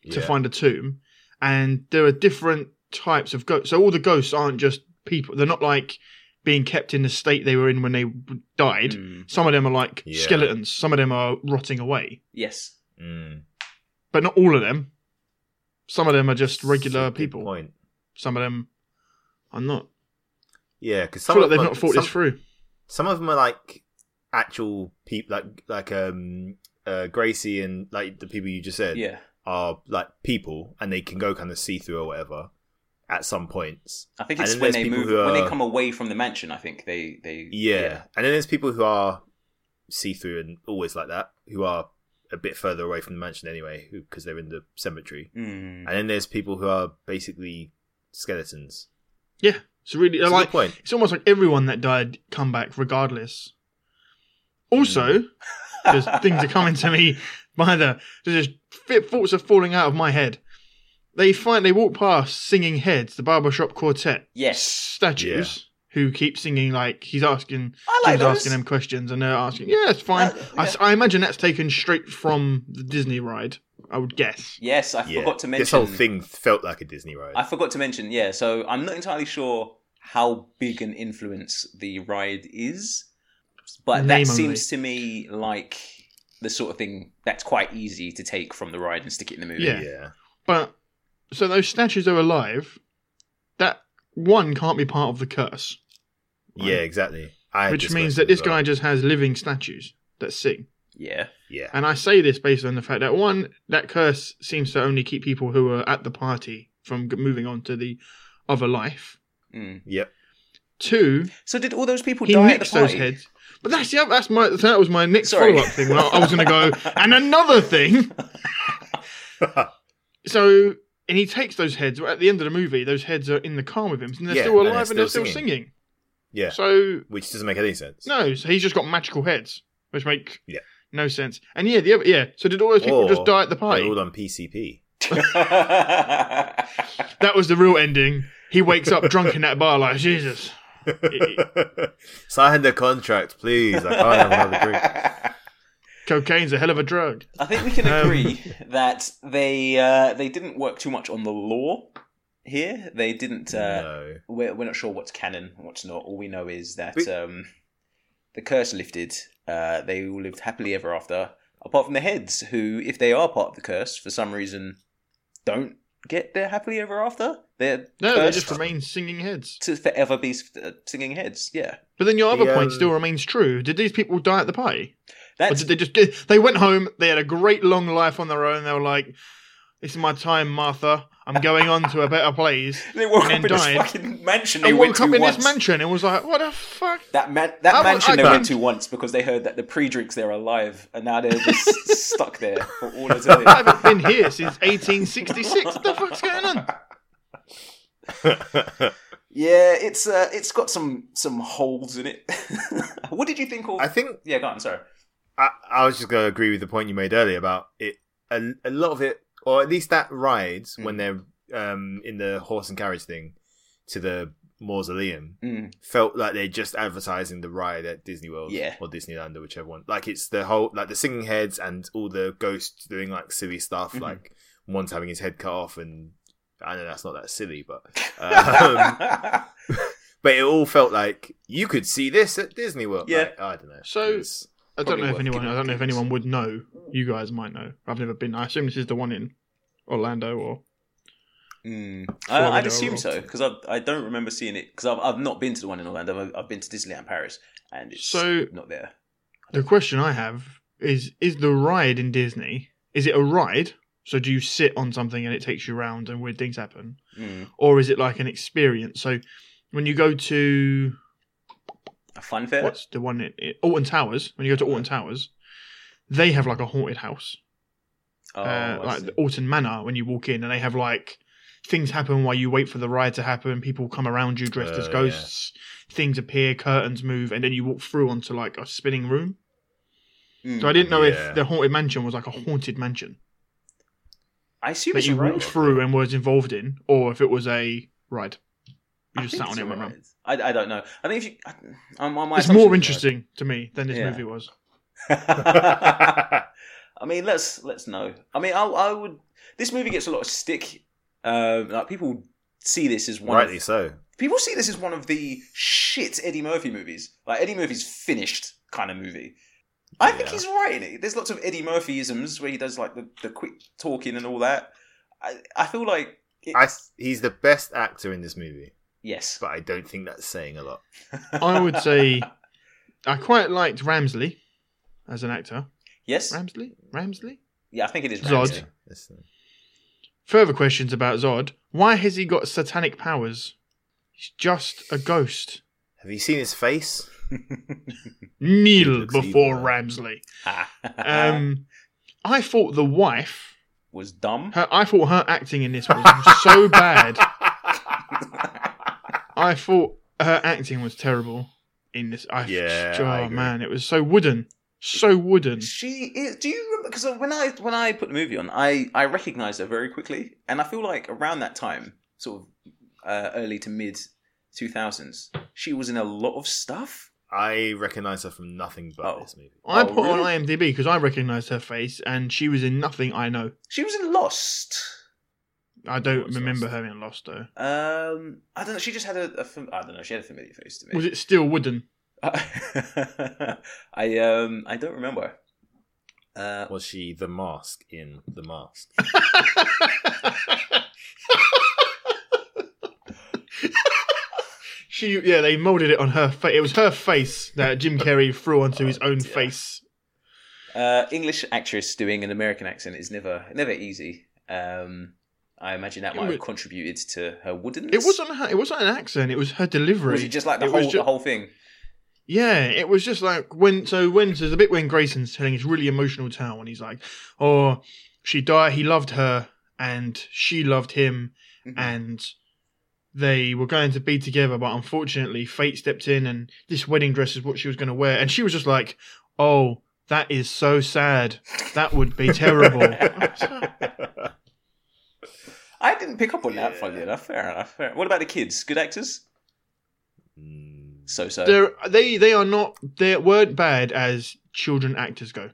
S2: to
S1: Yeah.
S2: find a tomb, and there are different types of ghosts. So all the ghosts aren't just people; they're not like being kept in the state they were in when they w- died.
S3: Mm.
S2: Some of them are like
S1: Hmm. Yeah.
S2: skeletons. Some of them are rotting away,
S3: Yes.
S1: Mm.
S2: but not all of them. Some of them are just regular
S1: Good
S2: people.
S1: Point.
S2: Some of them are not.
S1: Yeah, because
S2: I
S1: some
S2: feel
S1: of
S2: like they've
S1: them-
S2: not thought
S1: some,
S2: this through.
S1: some of them are like actual people, like like um uh Gracie and like the people you just said
S3: Yeah.
S1: are like people, and they can go kind of see through or whatever at some points.
S3: I think
S1: And
S3: it's
S1: then
S3: when
S1: there's
S3: they
S1: people
S3: move
S1: who
S3: when they
S1: are-
S3: come away from the mansion. I think they they
S1: Yeah. And then there's people who are see through and always like that, who are a bit further away from the mansion anyway, because they're in the cemetery.
S3: Mm.
S1: And then there's people who are basically skeletons.
S2: Yeah, it's really
S1: It's a
S2: like
S1: good point.
S2: it's almost like everyone that died come back regardless.
S1: Hmm.
S2: Also, there's things are coming to me by the there's just fit thoughts are falling out of my head. They find they walk past singing heads, the barbershop quartet
S3: Yes.
S2: statues. Who keep singing like he's asking?
S3: I like
S2: Jim's
S3: those.
S2: asking them questions, and they're asking, "Yeah, it's fine."
S1: Oh,
S3: Uh,
S2: I s I I, imagine that's taken straight from the Disney ride. I would guess.
S3: Yes. I
S1: Yeah.
S3: forgot to mention
S1: This whole thing felt like a Disney ride.
S3: I forgot to mention, yeah. So I'm not entirely sure how big an influence the ride is, but
S2: Name
S3: that
S2: only.
S3: seems to me like the sort of thing that's quite easy to take from the ride and stick it in the movie.
S2: Yeah.
S1: yeah.
S2: But so those statues are alive. That one can't be part of the curse, Right.
S1: Yeah, exactly. I had
S2: which
S1: this
S2: means
S1: question
S2: that this
S1: as well.
S2: guy just has living statues that sing.
S3: Yeah.
S1: Yeah.
S2: And I say this based on the fact that one, that curse seems to only keep people who are at the party from g- moving on to the other life.
S3: Mm.
S1: Yep.
S2: Two,
S3: So did all those people
S2: he
S3: die at the
S2: nicks those
S3: party?
S2: heads. But that's yeah, that's my that was my next
S3: Sorry.
S2: follow up thing. When I, I was going to go and another thing. so and he takes those heads. At the end of the movie, those heads are in the car with him, and they're
S1: Yeah,
S2: still
S1: and
S2: alive and they're still, singing.
S1: Yeah.
S2: So
S1: Which doesn't make any sense.
S2: No, so he's just got magical heads, which make
S1: Yeah.
S2: no sense. And yeah, the other yeah. So did all those people
S1: Or
S2: just die at the
S1: They're
S2: party?
S1: all on PCP.
S2: That was the real ending. He wakes up drunk in that bar, like Jesus.
S1: Sign the contract, please. I can't have another drink.
S2: Cocaine's a hell of a drug.
S3: I think we can
S2: Um,
S3: agree that they uh, they didn't work too much on the law here. They didn't. Uh,
S1: no.
S3: We're we're not sure what's canon, what's not. All we know is that
S1: We-
S3: um, the curse lifted. Uh, they all lived happily ever after, apart from the heads, who, if they are part of the curse, for some reason, don't get their happily ever after. They're
S2: No, they
S3: cursed
S2: just remain singing heads.
S3: to forever be s- uh, singing heads. Yeah,
S2: But then your other
S1: The, um,
S2: point still remains true. Did these people die at the party? Or
S3: that's
S2: did they just they went home, they had a great long life on their own, they were like, This is my time, Martha. I'm going on to a better place.
S3: they woke up
S2: and
S3: in this
S2: died.
S3: fucking mansion. They
S2: I
S3: went
S2: woke
S3: to
S2: up in
S3: once.
S2: this mansion and was like, What the fuck?
S3: That man, that
S2: I-
S3: mansion
S2: I
S3: they
S2: can't-
S3: went to once because they heard that the pre-drinks there are alive, and now they're just stuck there for all eternity.
S2: I haven't been here since eighteen sixty six. What the fuck's going on?
S3: Yeah, it's uh, it's got some some holes in it. what did you think of?
S1: I think
S3: yeah, go on. Sorry.
S1: I, I was just going to agree with the point you made earlier about it. A, a lot of it, or at least that ride when they're um, in the horse and carriage thing to the mausoleum,
S3: Mm.
S1: felt like they're just advertising the ride at Disney World
S3: Yeah.
S1: or Disneyland or whichever one. Like it's the whole like the singing heads and all the ghosts doing like silly stuff,
S3: Mhm.
S1: like one's having his head cut off and. I know that's not that silly, but um, but it all felt like you could see this at Disney World.
S3: Yeah.
S1: Like, I don't know.
S2: So-
S1: It was-
S2: I don't
S3: Probably
S2: know if
S3: worth
S2: anyone. I
S3: giving
S2: don't know if
S3: gigs.
S2: anyone would know. You guys might know. I've never been. I assume this is the one in Orlando or
S3: Mm. I, I'd
S2: Florida
S3: assume
S2: or-
S3: so because I I don't remember seeing it because I've I've not been to the one in Orlando. I've, I've been to Disneyland Paris, and it's
S2: So-
S3: not there.
S2: The question I have is: Is the ride in Disney? Is it a ride? So do you sit on something and it takes you round and weird things happen,
S3: Mm.
S2: or is it like an experience? So when you go to
S3: A fun fair.
S2: what's the one in, in Alton Towers? When you go to Alton Towers, they have like a haunted house,
S3: Oh,
S2: uh,
S3: I
S2: like
S3: see.
S2: the Alton Manor. When you walk in, and they have like things happen while you wait for the ride to happen. People come around you dressed
S1: Oh,
S2: as
S3: Uh,
S1: yeah.
S2: ghosts. Things appear, curtains move, and then you walk through onto like a spinning room.
S3: Mm.
S2: So I didn't know
S1: Yeah.
S2: if the haunted mansion was like a haunted mansion
S3: I assume
S2: that
S3: it's a
S2: you
S3: ride.
S2: walked through and was involved in, or if it was a ride. You
S3: I
S2: just
S3: think
S2: sat on
S3: it's
S2: it
S3: a
S2: and went
S3: ride.
S2: around.
S3: I, I don't know. I think if you, I, I'm, I'm,
S2: It's more interesting to me than this
S3: Yeah.
S2: movie was.
S3: I mean, let's let's know. I mean, I, I would. This movie gets a lot of stick. Um, like people see this as one.
S1: rightly
S3: Of,
S1: so.
S3: people see this as one of the shit Eddie Murphy movies. Like Eddie Murphy's finished kind of movie. I think
S1: Yeah.
S3: he's right in it. There's lots of Eddie Murphyisms where he does like the, the quick talking and all that. I, I feel like it,
S1: I, he's the best actor in this movie,
S3: yes.
S1: but I don't think that's saying a lot.
S2: I would say I quite liked Ramsley as an actor.
S3: yes.
S2: Ramsley? Ramsley?
S3: Yeah, I think it is.
S2: Zod.
S3: Ramsey.
S1: Yeah, listen.
S2: Further questions about Zod. Why has he got satanic powers? He's just a ghost.
S1: Have you seen his face?
S2: Kneel
S1: looks evil,
S2: before
S1: though.
S2: Ramsley.
S3: Uh-huh.
S2: Um, I thought the wife,
S3: was dumb.
S2: her, I thought her acting in this was so bad. I thought her acting was terrible in this. I,
S1: Yeah,
S2: oh
S1: I agree.
S2: man, it was so wooden, so wooden.
S3: She is. Do you remember? Because when I when I put the movie on, I I recognised her very quickly, and I feel like around that time, sort of uh, early to mid two thousands, she was in a lot of stuff.
S1: I recognise her from nothing but
S3: Oh.
S1: this movie.
S2: I
S3: Oh,
S2: put
S3: really?
S2: on IMDb because I recognised her face, and she was in nothing I know.
S3: She was in Lost. Oh,
S2: I don't
S1: What's
S2: remember
S1: Lost?
S2: her in Lost though.
S3: Um, I don't know. She just had a, a fam- I don't know. She had a familiar face to me.
S2: Was it still wooden?
S3: I um I don't remember. Uh,
S1: Was she the mask in The Mask?
S2: she, yeah, they moulded it on her face. It was her face that Jim Carrey threw onto
S3: Oh,
S2: his own face.
S3: Uh, English actress doing an American accent is never never easy. Um, I imagine that
S2: It
S3: might have
S2: was-
S3: contributed to her woodenness.
S2: It wasn't her. It wasn't an accent. It was her delivery.
S3: Was it just like the
S2: It was
S3: whole
S2: ju-
S3: the whole thing?
S2: Yeah, it was just like when so when so there's a bit when Grayson's telling his really emotional tale and he's like, Oh, she died he loved her and she loved him
S1: Mm-hmm.
S3: Mhm.
S2: and they were going to be together, but unfortunately fate stepped in and this wedding dress is what she was gonna wear and she was just like, Oh, that is so sad. That would be terrible.
S3: I didn't pick up on that. Funny enough, fair enough. Fair. What about the kids? Good actors?
S1: Mm,
S3: So so.
S2: They're, they they are not they weren't bad as children actors go.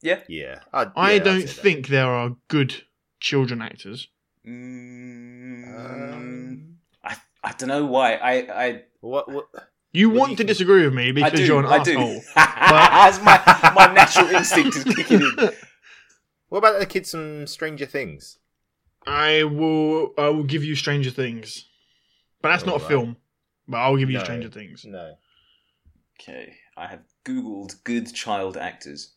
S1: Yeah, I,
S2: I
S1: yeah, I'd
S2: don't
S1: say that.
S2: think there are good children actors.
S3: Mm,
S1: Um,
S3: I I don't know why. I I
S1: what, what?
S2: You
S1: Well,
S2: want
S1: you
S2: to
S1: can-
S2: disagree with me
S3: I
S2: because
S3: do.
S2: you're an
S3: I do.
S2: asshole.
S3: As my my natural instinct is kicking in.
S1: What about the kids from Stranger Things?
S2: I will I will give you Stranger Things, but that's not a
S1: Alright.
S2: film. But I'll give you
S1: No.
S2: Stranger Things.
S1: No.
S3: Okay, I have googled good child actors.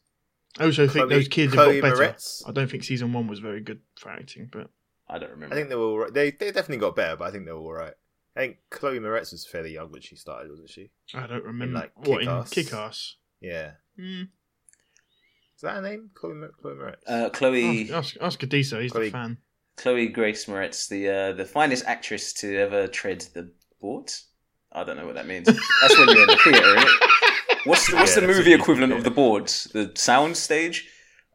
S2: I also think
S1: Chloe-
S2: those kids
S1: Chloe
S2: have got better.
S1: Moretz?
S2: I don't think season one was very good for acting, but
S3: I don't remember.
S1: I think they were all right. They they definitely got better, but I think they were all right. I think Chloe Moretz was fairly young when she started, wasn't she?
S2: I don't remember
S1: like,
S2: what
S1: Kick-Ass?
S2: in Kick Ass.
S1: Yeah.
S2: Mm.
S1: Is that her name? Chloe, Mo- Chloe Moretz.
S3: uh,
S2: Oh,
S3: Chloe
S2: Ask, ask Adisa, he's
S1: Chloe-
S2: the fan.
S3: Chloe Grace Moretz, the uh, the finest actress to ever tread the board. I don't know what that means. That's when you're in the theater. Isn't it? What's the, what's
S1: Yeah,
S3: the
S1: that's
S3: movie
S1: what you-
S3: equivalent of the board? The sound stage.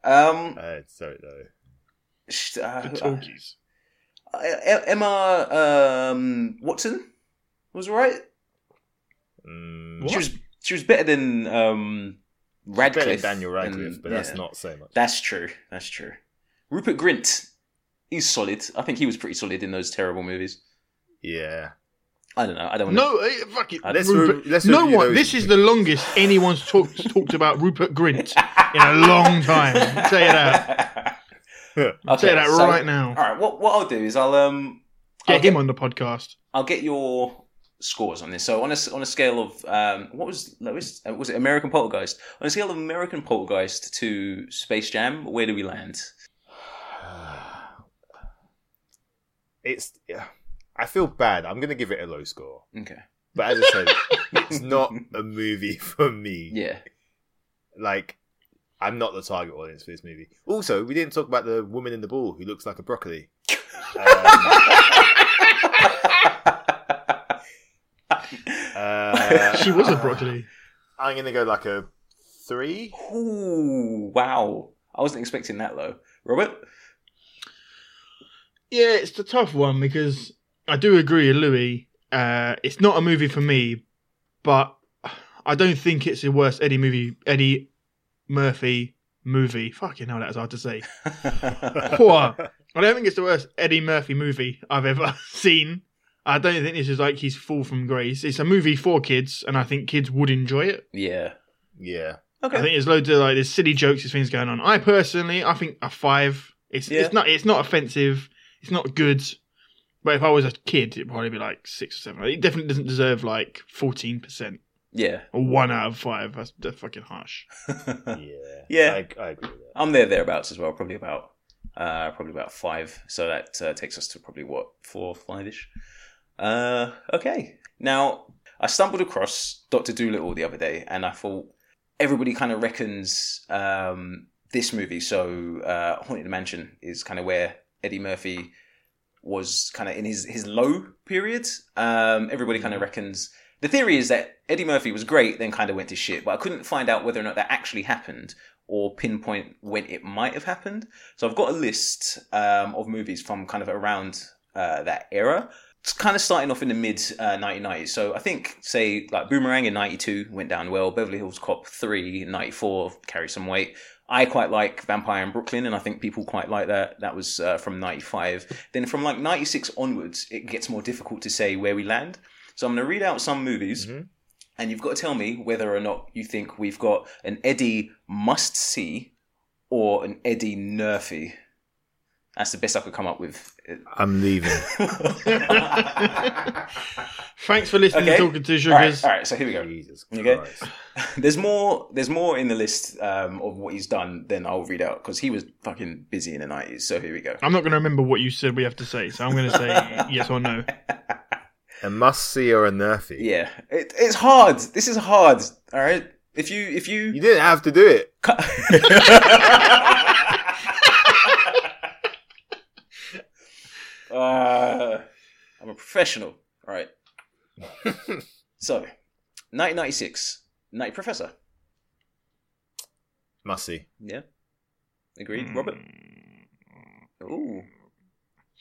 S3: Um,
S1: I don't know.
S3: sh- uh,
S2: The
S3: who-
S2: talkies.
S3: uh, E- Emma um, Watson was all right.
S1: Mm,
S2: What?
S3: She was she was better than um, Radcliffe.
S1: Better than Daniel
S3: and-
S1: Radcliffe, but that's
S3: yeah.
S1: not so much.
S3: That's true. That's true. Rupert Grint, he's solid. I think he was pretty solid in those terrible movies.
S1: yeah.
S3: I don't know. I don't.
S2: No, eh, fuck it.
S3: Uh,
S1: Let's
S2: Rupert-
S1: re- let's
S2: no
S1: review
S2: one.
S1: those.
S2: This is the longest anyone's talked talked about Rupert Grint in a long time. I'll tell you that. I'll tell you that
S3: so-
S2: right
S3: All
S2: now.
S3: right. What what I'll do is I'll um
S2: Get
S3: I'll
S2: him
S3: get,
S2: on the podcast.
S3: I'll get your scores on this. So on a s- on a scale of um what was lowest Uh, was it American Poltergeist? On a scale of American Poltergeist to Space Jam, where do we land?
S1: It's. yeah. I feel bad. I'm going to give it a low score.
S3: Okay.
S1: But as I said, it's not a movie for me.
S3: Yeah.
S1: Like, I'm not the target audience for this movie. Also, we didn't talk about the woman in the ball who looks like a broccoli. Um, uh,
S2: She was a broccoli.
S1: I'm going to go like a three.
S3: Ooh, wow. I wasn't expecting that low. Robert?
S2: Yeah, it's the tough one because I do agree with Louis. Uh, it's not a movie for me, but I don't think it's the worst Eddie movie, Eddie Murphy movie. Fucking hell, that's hard to say. Poor. I don't think it's the worst Eddie Murphy movie I've ever seen. I don't think this is like he's fall from grace. It's a movie for kids, and I think kids would enjoy it.
S3: yeah.
S1: Yeah.
S2: I
S3: Okay.
S2: think there's loads of like there's silly jokes, there's things going on. I personally, I think a five. It's
S3: Yeah.
S2: it's not it's not offensive. It's not good. But if I was a kid, it'd probably be like six or seven. It definitely doesn't deserve like fourteen percent
S3: Yeah.
S2: or one out of five. That's, that's fucking harsh.
S1: Yeah.
S3: Yeah.
S1: I, I agree with that.
S3: I'm there thereabouts as well, probably about uh probably about five. So that uh, takes us to probably what, four, five ish. Uh okay. Now I stumbled across Doctor Doolittle the other day and I thought everybody kind of reckons um this movie, so uh Haunted Mansion is kind of where Eddie Murphy was kind of in his his low period. Um, everybody kind of reckons the theory is that Eddie Murphy was great, then kind of went to shit. But I couldn't find out whether or not that actually happened or pinpoint when it might have happened. So I've got a list um, of movies from kind of around uh, that era. It's kind of starting off in the mid uh, 1990s. So I think, say, like Boomerang in 92 went down well. Beverly Hills Cop 3, 94 carried some weight. I quite like Vampire in Brooklyn, and I think people quite like that. That was uh, from 95. Then from like 96 onwards, it gets more difficult to say where we land. So I'm going to read out some movies,
S1: Mhm.
S3: and you've got to tell me whether or not you think we've got an Eddie must see or an Eddie nerfy. That's the best I could come up with.
S1: I'm leaving.
S2: Thanks for listening
S3: Okay.
S2: to Talking to
S3: all, right,
S2: Sugars.
S3: all right, so here we go.
S1: Jesus
S3: Okay.
S1: Christ.
S3: There's more. There's more in the list um, of what he's done than I'll read out because he was fucking busy in the nineties. So here we go.
S2: I'm not going to remember what you said we have to say, so I'm going to say yes or no.
S1: A must see or a nerfy.
S3: Yeah, it, it's hard. This is hard. All right. If you if you,
S1: You didn't have to do it.
S3: uh, I'm a professional. All right. so, 1996, Night Professor.
S1: Must see. Hmm.
S3: Yeah. Agreed, Robert. Ooh.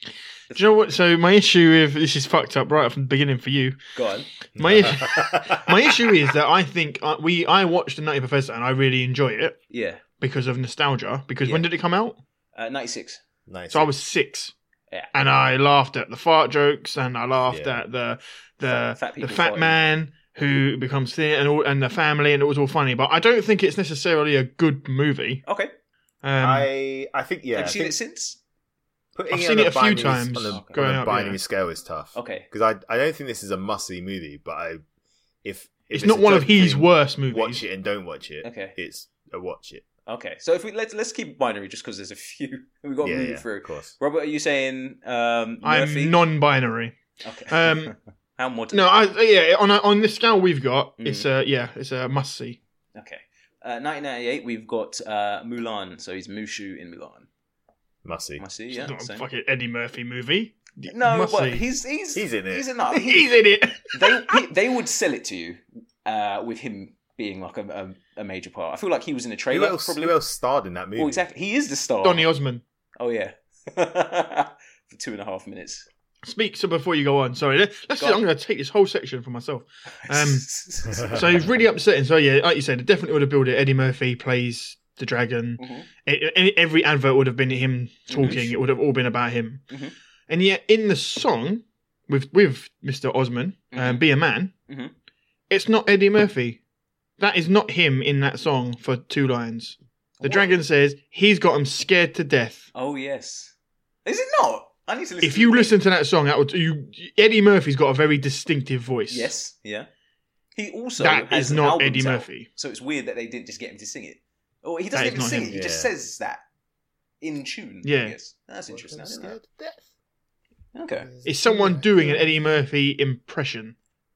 S2: Do you know what? So my issue with this is fucked up right from the beginning for you.
S3: Go on.
S2: My i- my issue is that I think uh, we I watched the Nutty Professor and I really enjoy it
S3: Yeah.
S2: because of nostalgia. Because when
S3: Yeah.
S2: did it come out?
S3: Uh, 96.
S1: Nice.
S2: So I was six.
S3: Yeah.
S2: And I laughed at the fart jokes, and I laughed
S1: Yeah.
S2: at the the
S3: Fat- fat
S2: uh, the
S3: people
S2: fat
S3: farting.
S2: man who becomes thin, and all, and the family, and it was all funny. But I don't think it's necessarily a good movie.
S3: Okay.
S2: Um,
S1: I I think yeah.
S3: Have
S1: I
S3: you seen
S1: think
S3: it since?
S1: putting
S2: I've
S1: it on
S2: seen it a few
S1: binary-
S2: times
S1: on a,
S2: growing
S1: on a
S2: up,
S1: binary
S2: yeah.
S1: scale is tough.
S3: Okay.
S1: Because I I don't think this is a must see movie, but I if, if
S2: it's not
S1: a
S2: one of
S1: joke
S2: his
S1: between
S2: worst movies.
S1: Watch it and don't watch it.
S3: Okay.
S1: It's a watch it.
S3: Okay. So if we let's let's keep binary just because there's a few we got to
S1: yeah,
S3: move
S1: yeah,
S3: through.
S1: of course.
S3: Robert, are you saying um, Murphy?
S2: I'm non-binary.
S3: Okay.
S2: um,
S3: How modern?
S2: No, I, yeah. On a, on the scale we've got,
S3: Mm.
S2: it's a yeah, it's a must see.
S3: Okay. Uh, 1998, we've got uh, Mulan. So he's Mushu in Mulan.
S1: Must see.
S3: I see.
S2: It's
S3: Yeah.
S2: not a
S3: same.
S2: fucking Eddie Murphy movie.
S3: No,
S2: must
S3: but
S2: see.
S3: he's he's
S1: He's in it.
S3: He's enough.
S2: he's in it.
S3: they he- they would sell it to you uh, with him being like a, a, a major part. I feel like he was in a
S1: Who
S3: trailer.
S1: else,
S3: probably.
S1: who else starred in that movie?
S3: Well, exactly. He is the star.
S2: Donny Osmond.
S3: Oh yeah. For two and a half minutes.
S2: Speak so before you go on. Sorry, let- let's.
S3: Go
S2: just-
S3: on.
S2: I'm going to take this whole section for myself. Um, so it's really upsetting. So yeah, like you said, it definitely would have been Eddie Murphy plays the dragon.
S3: Mhm.
S2: It, it- every advert would have been him
S3: Mm-hmm.
S2: talking. It would have all been about him.
S3: Mhm.
S2: And yet, in the song with with Mr. Osman, um,
S3: Mhm.
S2: "Be a Man,"
S3: Mhm.
S2: it's not Eddie Murphy. That is not him in that song for two lines. The
S3: What?
S2: dragon says he's got him scared to death.
S3: Oh yes. Is it not? I need to listen.
S2: If
S3: to
S2: you
S3: it.
S2: listen to that song, that would, you, Eddie Murphy's got a very distinctive voice.
S3: Yes. Yeah. He also
S2: that
S3: has
S2: is
S3: an
S2: not
S3: album
S2: Eddie
S3: out,
S2: Murphy.
S3: So it's weird that they didn't just get him to sing it. Oh, he doesn't
S2: That is
S3: even
S2: not
S3: sing
S2: him.
S3: it. He just
S1: Yeah.
S3: says that in tune.
S2: Yeah.
S3: Yes. That's interesting. I didn't know that. Okay.
S2: It's someone doing an Eddie Murphy impression,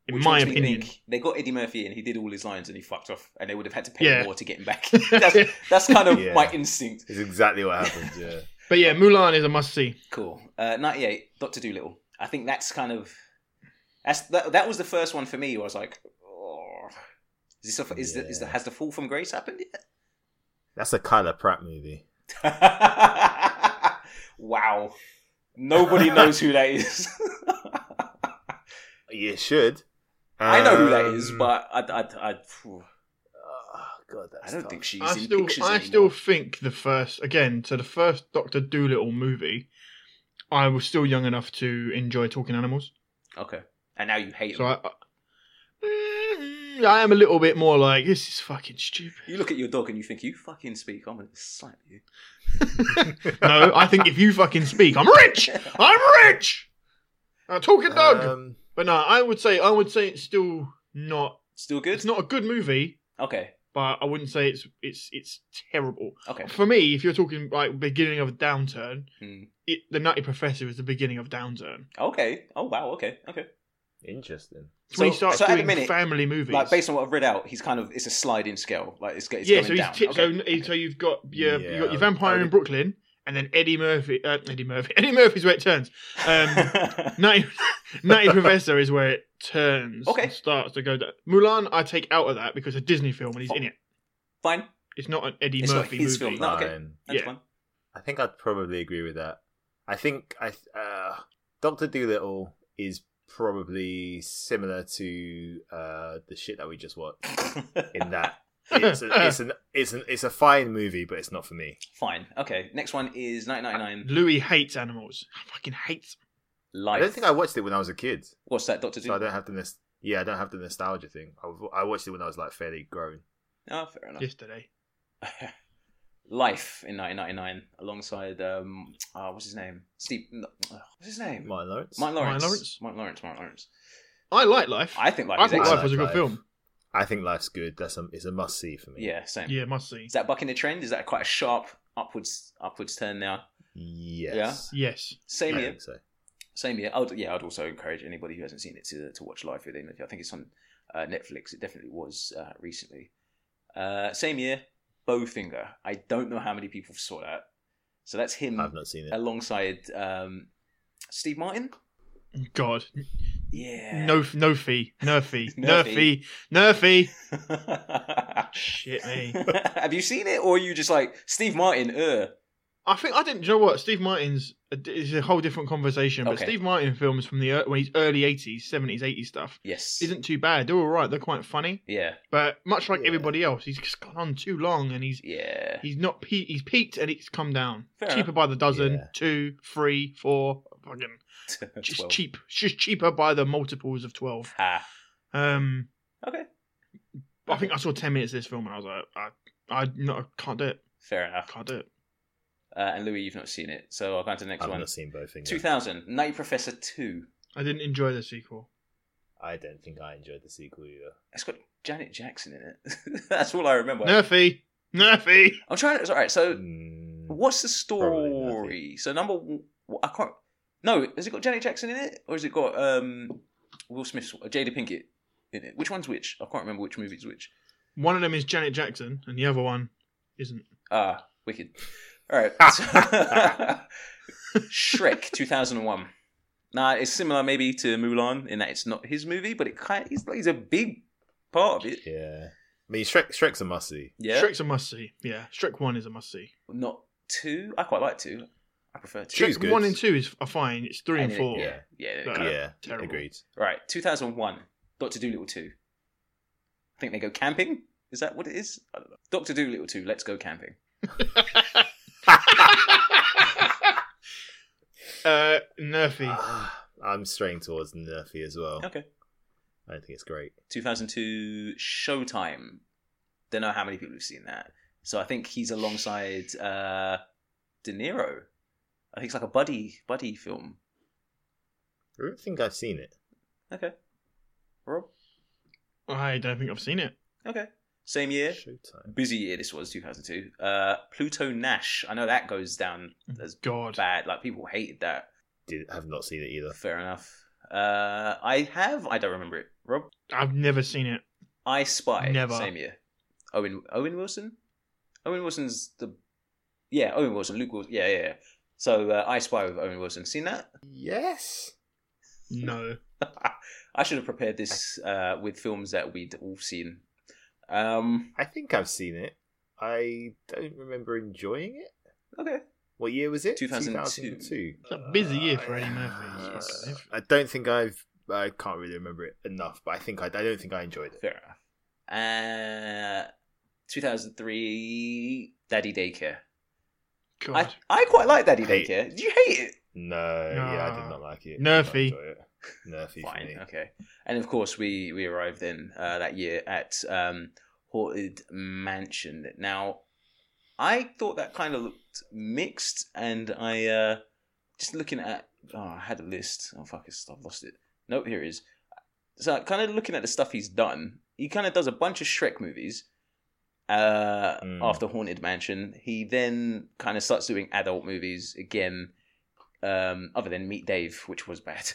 S2: in
S3: Which
S2: my
S3: makes me
S2: opinion.
S3: think they got Eddie Murphy and he did all his lines and he fucked off, and they would have had to pay
S2: Yeah.
S3: more to get him back. that's, that's kind of
S1: Yeah.
S3: my instinct.
S1: It's exactly what happened. Yeah.
S2: But yeah, Mulan is a must see.
S3: Cool. Uh, Ninety-eight. Doctor Doolittle. I think that's kind of that's that, that was the first one for me. Where I was like, oh, is this a, is the, is the,
S1: Yeah.
S3: has the fall from grace happened yet?
S1: That's a Kyla Pratt movie.
S3: wow. Nobody knows who that is.
S1: You should.
S3: I know who that is,
S1: Um,
S3: but I, I, I, phew,
S1: oh, God, that's
S3: I don't
S1: tough.
S3: think she's
S2: I
S3: in
S2: still,
S3: pictures
S2: I
S3: anymore.
S2: still think the first again. So the first Doctor Doolittle movie, I was still young enough to enjoy talking animals.
S3: Okay. And now you hate
S2: So
S3: him.
S2: I, mm, I, I am a little bit more like this is fucking stupid.
S3: You look at your dog and you think, you fucking speak, I'm going to slap you.
S2: No, I think if you fucking speak, I'm rich. I'm rich. A talking dog.
S3: Uh,
S1: Um,
S2: but no, I would say I would say it's still not.
S3: Still good?
S2: It's not a good movie,
S3: Okay.
S2: but I wouldn't say it's it's it's terrible.
S3: Okay.
S2: For me, if you're talking like beginning of a downturn,
S3: Hmm.
S2: it, the Nutty Professor is the beginning of downturn.
S3: Okay. Oh, wow. Okay. Okay.
S1: interesting.
S2: It's when
S3: So-
S2: he starts
S3: so at the
S2: doing
S3: minute,
S2: family movies.
S3: Like, based on what I've read out, he's kind of, it's a sliding scale. Like, it's, it's
S2: yeah,
S3: going
S2: so he's
S3: down.
S2: ti- so,
S3: okay.
S2: n- so you've got
S1: Yeah,
S2: your you got your
S1: I would-
S2: vampire
S1: I
S2: in
S1: would-
S2: Brooklyn, and then Eddie Murphy. Uh, Eddie Murphy. Eddie Murphy's where it turns. Um, Nutty, Nutty Professor is where it turns.
S3: Okay.
S2: and starts to go down. Mulan, I take out of that because it's a Disney film and he's in it.
S3: Fine.
S2: It's not an Eddie
S3: It's not
S2: Murphy
S3: his
S2: movie.
S3: film, No, okay.
S1: Fine.
S3: That's
S2: Yeah.
S3: fine.
S1: I think I'd probably agree with that. I think I uh, Doctor Doolittle is probably similar to uh, the shit that we just watched. In that it's a, it's an it's an it's a fine movie, but it's not for me.
S3: Fine. Okay. Next one is 1999.
S2: Louis hates animals. I fucking hates.
S3: Life.
S1: I don't think I watched it when I was a kid,
S3: What's that, Doctor
S1: so I
S3: Doom?
S1: don't have the nos- yeah I don't have the nostalgia thing. I, w- I watched it when I was like fairly grown.
S3: Oh, fair enough.
S2: Yesterday,
S3: Life in 1999, alongside um, uh, what's his name? Steve. no, uh, What's his name?
S1: Martin Lawrence.
S3: Mike Lawrence.
S2: Martin Lawrence?
S3: Mike Lawrence. Mike Lawrence.
S2: I like Life. I,
S3: I think Life is
S2: think
S3: excellent.
S2: Life was a good
S1: Life.
S2: film.
S1: I think life's good. That's a it's a must see for me.
S3: Yeah, same.
S2: Yeah, must see.
S3: Is that bucking the trend? Is that quite a sharp upwards upwards turn now?
S1: Yes.
S2: Yes.
S3: Same
S1: I
S3: year.
S1: think so.
S3: Same year. I would, yeah, I'd also encourage anybody who hasn't seen it to, to watch Life with Him. I think it's on uh, Netflix. It definitely was uh, recently. Uh, same year, Bowfinger. I don't know how many people saw that. So that's him
S1: I've not seen it.
S3: alongside um, Steve Martin.
S2: God,
S3: Yeah.
S2: no, no fee, no fee, no
S3: Nerfy.
S2: fee, no fee.
S3: No.
S2: Shit me.
S3: Have you seen it, or are you just like Steve Martin? Uh,
S2: I think I didn't. You know what? Steve Martin's is a whole different conversation. But
S3: Okay.
S2: Steve Martin films from the ear- when he's early eighties, seventies, eighties stuff
S3: Yes.
S2: isn't too bad. They're all right. They're quite funny.
S3: yeah.
S2: But much like
S1: Yeah.
S2: everybody else, he's just gone on too long, and he's
S3: Yeah.
S2: he's not pe- he's peaked and it's come down.
S3: Fair
S2: cheaper
S3: enough.
S2: by the dozen,
S1: Yeah.
S2: two, three, four, fucking just
S3: Twelve.
S2: cheap, just cheaper by the multiples of twelve.
S3: Ha.
S2: Um,
S3: Okay.
S2: I think I saw ten minutes of this film and I was like, I, I no, can't do it,
S3: Fair enough.
S2: can't do it.
S3: Uh, and Louis, you've not seen it, so I'll go on to the next
S1: I've
S3: one.
S1: not seen both things.
S3: 2000, Night Professor 2.
S2: I didn't enjoy the sequel.
S1: I don't think I enjoyed the sequel either.
S3: It's got Janet Jackson in it. That's all I remember.
S2: Nerfy, Nerfy.
S3: I'm trying to. All right, so
S1: Mm,
S3: what's the
S1: Probably nothing.
S3: story? So, number w- I can't. No, has it got Janet Jackson in it? Or has it got um, Will Smith's. uh, Jada Pinkett in it? Which one's which? I can't remember which movie's which.
S2: One of them is Janet Jackson and the other one isn't.
S3: Ah, wicked. All right. Shrek 2001. Nah, it's similar maybe to Mulan in that it's not his movie, but it kind he's, he's a big part of it.
S1: Yeah. I mean, Shrek, Shrek's a must see.
S3: Yeah.
S2: Shrek's a must see. Yeah, Shrek one is a must see.
S3: Not two. I quite like two. I prefer two.
S1: Two is
S2: Shrek
S1: good.
S2: one and two is are fine. It's three and
S3: And it-
S2: four.
S3: Yeah. Yeah.
S2: No.
S3: kind of-
S1: yeah,
S2: terrible.
S1: agreed.
S3: Right. 2001. Doctor Doolittle 2. I think they go camping. Is that what it is? I don't know. Doctor Doolittle 2. Let's go camping.
S2: uh, Nerfy.
S1: Ah, I'm straying towards Nerfy as well.
S3: Okay.
S1: I don't think it's great.
S3: 2002 Showtime. Don't know how many people have seen that. So I think he's alongside uh, De Niro. I think it's like a buddy buddy film.
S1: I don't think I've seen it.
S3: Okay, Rob.
S2: I don't think I've seen it.
S3: Okay, same year.
S1: Showtime.
S3: Busy year. This was 2002. Uh, Pluto Nash. I know that goes down as
S2: God.
S3: bad. Like people hated that.
S1: Did, have not seen it either.
S3: Fair enough. Uh, I have. I don't remember it. Rob.
S2: I've never seen it.
S3: I Spy.
S2: Never.
S3: Same year. Owen Owen Wilson. Owen Wilson's the yeah Owen Wilson. Luke Wilson. Yeah yeah. yeah. So uh, I Spy with Owen Wilson. Seen that?
S1: Yes.
S2: No.
S3: I should have prepared this uh, with films that we'd all seen. Um.
S1: I think I've seen it. I don't remember enjoying it.
S3: Okay.
S1: What year was it?
S3: 2002.
S2: It's a busy year for Eddie Murphy.
S1: Uh,
S2: Yes.
S1: I don't think I've. I can't really remember it enough, but I think I, I don't think I enjoyed it.
S3: Fair enough. Uh, 2003. Daddy Daycare. I,
S2: God.
S3: I quite like Daddy
S1: Hate.
S3: Daycare. Did you hate it?
S1: No, yeah, I
S2: Nah.
S1: did not like it.
S2: Nerfy.
S1: Did not enjoy it. Nerfy for me.
S3: Fine. Okay. And of course, we we arrived then uh, that year at um, Haunted Mansion. Now, I thought that kind of looked mixed, and I uh, just looking at. Oh, I had a list. Oh fuck! it's- I've lost it. Nope, here it is. So, kind of looking at the stuff he's done, he kind of does a bunch of Shrek movies. Uh,
S1: Mm.
S3: After Haunted Mansion, he then kind of starts doing adult movies again. Um, other than Meet Dave, which was bad.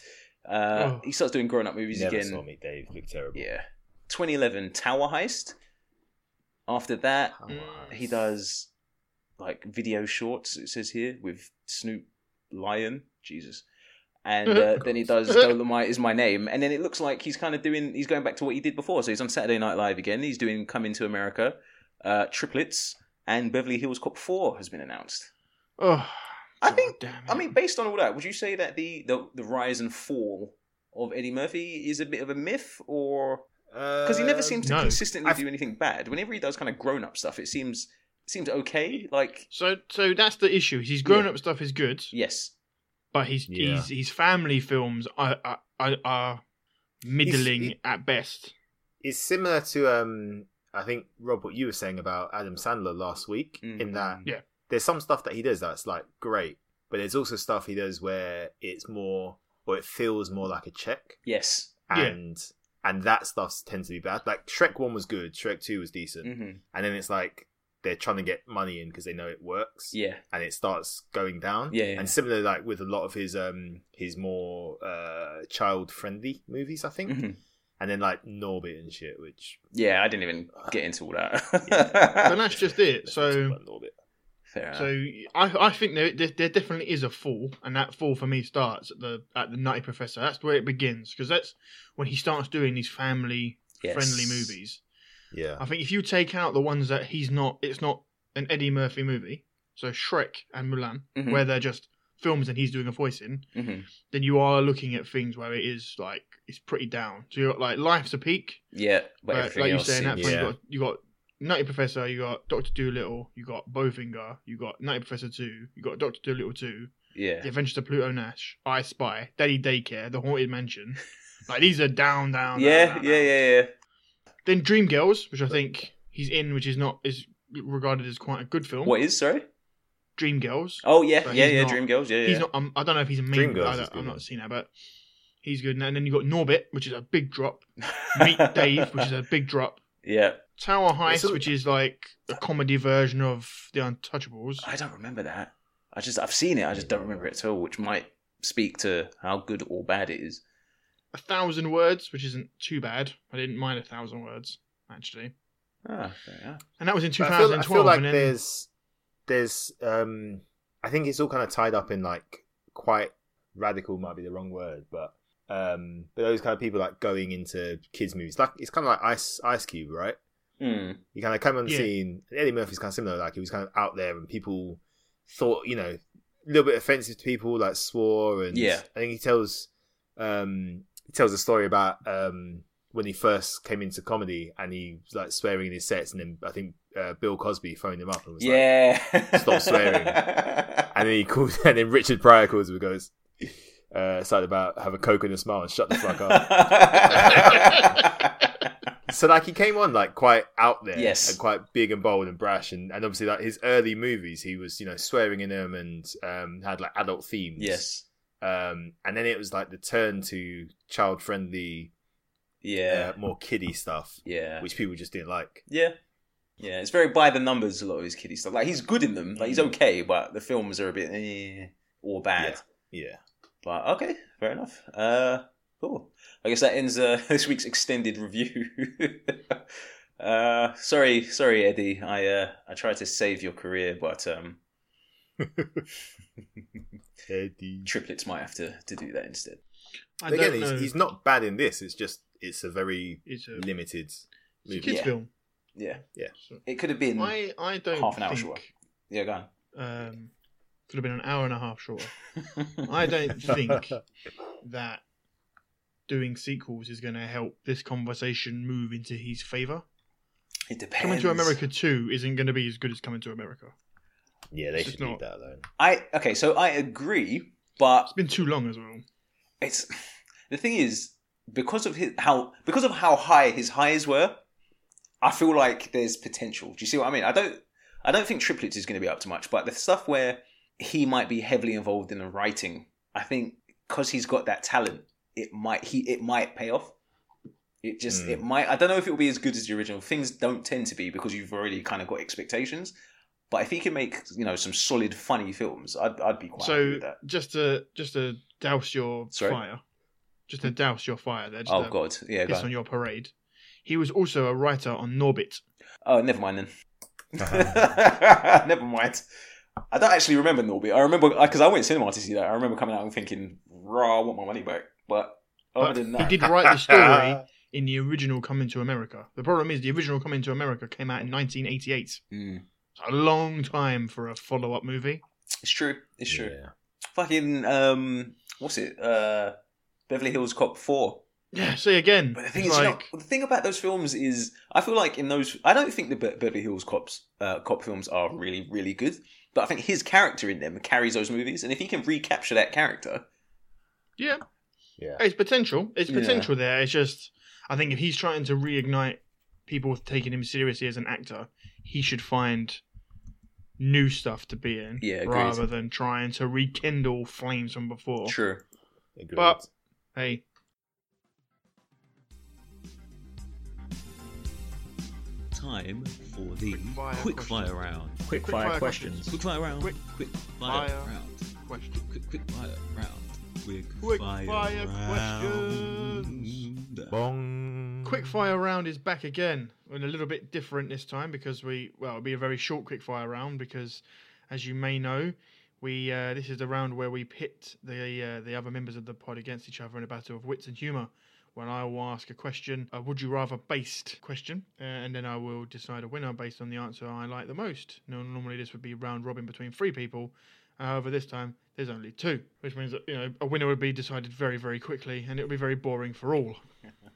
S3: Uh,
S2: Oh.
S3: He starts doing grown-up movies
S1: Never
S3: again.
S1: saw me, Dave. Looked terrible.
S3: Yeah. 2011 Tower Heist. After that,
S1: How
S2: Mm,
S3: he does like video shorts. It says here with Snoop Lion. Jesus. And uh, then he does Dolomite is my name, and then it looks like he's kind of doing. He's going back to what he did before. So he's on Saturday Night Live again. He's doing Coming to America, uh, Triplets, and Beverly Hills Cop Four has been announced.
S2: oh,
S3: I
S2: God
S3: think-
S2: Damn it.
S3: I mean, based on all that, would you say that the the, the rise and fall of Eddie Murphy is a bit of a myth, or
S1: Uh,
S3: because he never seems to
S2: Uh, no.
S3: consistently
S1: I've-
S3: do anything bad. Whenever he does kind of grown up stuff, it seems seems okay. Like
S2: So, so that's the issue. His grown-up stuff is good,
S3: yes,
S2: but his
S1: Yeah.
S2: his, his family films are are, are, are middling
S1: he-
S2: at best.
S1: It's similar to um, I think Rob, what you were saying about Adam Sandler last week.
S3: Mm.
S1: In that,
S2: Yeah.
S1: there's some stuff that he does that's like great, but there's also stuff he does where it's more or it feels more like a check.
S3: yes,
S2: Yeah.
S1: and and that stuff tends to be bad. Like Shrek One was good, Shrek Two was decent,
S2: Mm.
S3: hmm
S1: and then it's like they're trying to get money in because they know it works,
S3: yeah,
S1: and it starts going down.
S3: Yeah, yeah.
S1: and similar like with a lot of his um his more uh child friendly movies, I
S2: Mm-hmm.
S1: think,
S3: hmm
S1: and then like Norbit and shit, which
S3: yeah. I didn't even get into all that.
S2: But that's just it. So,
S1: Norbit.
S3: Fair enough.
S2: so I I think there, there there definitely is a fall, and that fall for me starts at the at the Nutty Professor. That's where it begins because that's when he starts doing these family
S3: Yes.
S2: friendly movies.
S1: yeah,
S2: I think if you take out the ones that he's not, it's not an Eddie Murphy movie. so Shrek and Mulan,
S3: Mhm.
S2: where they're just films and he's doing a voice in,
S3: hmm
S2: then you are looking at things where it is like it's pretty down. So you're like life's a peak,
S3: Yeah, but
S2: but
S3: everything
S2: like you
S3: else.
S2: say in that
S3: seems-
S2: point,
S1: yeah.
S2: you got you got Nutty Professor, you got Doctor Doolittle, you got Bowfinger, you got Nutty Professor Two, you got Doctor Doolittle Two,
S3: yeah.
S2: The Adventures of Pluto Nash, I Spy, Daddy Daycare, The Haunted Mansion. Like these are down, down. down,
S3: Yeah,
S2: down,
S3: yeah,
S2: down.
S3: yeah, yeah.
S2: Then Dreamgirls, which I think he's in, which is not is regarded as quite a good film.
S3: What is sorry?
S2: Dreamgirls.
S3: Oh yeah,
S2: But
S3: yeah,
S2: he's
S3: yeah.
S2: not-
S3: Dreamgirls. Yeah, yeah.
S2: He's not. Um, I don't know if he's a main.
S1: Dreamgirls
S2: I
S1: is
S2: don't,
S1: good,
S2: I'm
S1: yeah.
S2: not seeing that, but he's good. And then you got Norbit, which is a big drop. Meet Dave, which is a big drop.
S3: yeah.
S2: Tower Heist,
S1: It's a-
S2: which is like a comedy version of The Untouchables.
S3: I don't remember that. I just I've seen it. I just don't remember it at all, which might speak to how good or bad it is.
S2: A thousand words, which isn't too bad. I didn't mind a thousand words actually,
S3: Ah, fair enough.
S2: and that was in
S1: But I feel,
S2: 2012.
S1: I feel like
S2: and then,
S1: there's there's um I think it's all kind of tied up in like quite radical might be the wrong word, but um but those kind of people like going into kids movies like it's kind of like Ice Ice Cube, right?
S3: Hmm.
S1: He kind of came on the
S2: Yeah.
S1: scene. Eddie Murphy's kind of similar. Like he was kind of out there, and people thought, you know, a little bit offensive to people, like swore. And
S3: Yeah.
S1: I think he tells um, he tells a story about um, when he first came into comedy, and he was like swearing in his sets, and then I think uh, Bill Cosby phoned him up and was like,
S3: yeah.
S1: "Stop swearing." and then he called, and then Richard Pryor calls him and goes, uh, "Something about have a coke and a smile and shut the fuck up." so like he came on like quite out there
S3: Yes.
S1: and quite big and bold and brash and, and obviously like his early movies he was you know swearing in them and um had like adult themes
S3: yes.
S1: um and then it was like the turn to child friendly
S3: Yeah.
S1: uh, more kiddie stuff
S3: yeah.
S1: which people just didn't like
S3: Yeah. Yeah, it's very by the numbers a lot of his kiddie stuff. Like he's good in them, like he's
S1: Hmm.
S3: okay, but the films are a bit eh, or bad.
S1: yeah
S3: But okay, fair enough. Uh, cool. I guess that ends uh, this week's extended review. uh, sorry, sorry, Eddie. I uh, I tried to save your career, but um,
S1: Eddie.
S3: triplets might have to, to do that instead.
S2: I
S1: But
S2: don't
S1: again
S2: know.
S1: he's, he's not bad in this it's just it's a very
S2: it's a,
S1: limited
S2: it's a
S1: movie
S2: kids
S3: Yeah.
S2: film.
S3: Yeah,
S1: Yeah.
S3: It could have been.
S2: I I don't
S3: Half an hour
S2: think,
S3: shorter. Yeah, go
S2: Um, could have been an hour and a half shorter.
S3: on.
S2: I don't think that doing sequels is going to help this conversation move into his favor.
S3: it depends.
S2: Coming to America 2 isn't going to be as good as Coming to America.
S1: yeah
S2: It's
S1: they
S2: just
S1: should leave
S2: not-
S1: that alone
S3: I okay, so I agree, but
S2: It's been too long as well.
S3: it's the thing is because of his, how because of how high his highs were i feel like there's potential do you see what i mean i don't i don't think triplets is going to be up to much but the stuff where he might be heavily involved in the writing i think because he's got that talent it might he it might pay off it just
S1: Mm.
S3: it
S2: Hmm.
S3: might i don't know if it will be as good as the original things don't tend to be because you've already kind of got expectations but if he can make you know some solid funny films i'd, I'd be quite happy
S2: so
S3: with that
S2: just to just to douse your
S3: Sorry? Hmm?
S2: fire, just to douse your fire there, just um,
S3: oh
S2: to
S3: god yeah go
S2: piss
S3: on.
S2: on your parade. He was also a writer on Norbit.
S3: Oh, never mind
S2: Uh-huh.
S3: then. never mind. I don't actually remember Norbit. I remember because I went to cinema to see that. I remember coming out and thinking, "Raw, I want my money back." But other
S2: But
S3: than
S2: he
S3: that,
S2: did write the story in the original Coming to America. The problem is the original Coming to America came out in 1988.
S3: Mm.
S2: It's a long time for a follow-up movie.
S3: it's true. It's true.
S1: Yeah.
S3: Fucking um, what's it? Uh, Beverly Hills Cop Four.
S2: Yeah, see again.
S3: But the thing
S2: it's
S3: is, you know,
S2: like,
S3: the thing about those films is, I feel like in those, I don't think the Be- Beverly Hills Cops uh, cop films are really, really good. But I think his character in them carries those movies, and if he can recapture that character,
S2: yeah,
S1: yeah
S2: It's potential. It's
S3: Yeah.
S2: potential there. It's just I think if he's trying to reignite people taking him seriously as an actor, he should find new stuff to be in
S3: Yeah, agreed.
S2: rather than trying to rekindle flames from before.
S3: true.
S1: Agreed.
S2: But hey,
S5: Time for the
S2: Quickfire
S5: quick fire round.
S6: Quick
S2: Quick fire
S6: fire questions.
S5: Quick fire round.
S2: Quick
S5: Quick fire
S2: fire
S5: round.
S2: question.
S5: Quick quick fire round.
S2: Quick
S5: fire
S2: fire
S5: round.
S1: Bong.
S2: Quick fire round is back again, and a little bit different this time because we well it'll be a very short quick fire round because, as you may know, we uh, this is the round where we pit the uh, the other members of the pod against each other in a battle of wits and humour, when I will ask a question, a would you rather based question, uh, and then I will decide a winner based on the answer I like the most. Now, normally this would be round robin between three people. However, this time there's only two, which means that you know a winner would be decided very, very quickly, and it would be very boring for all.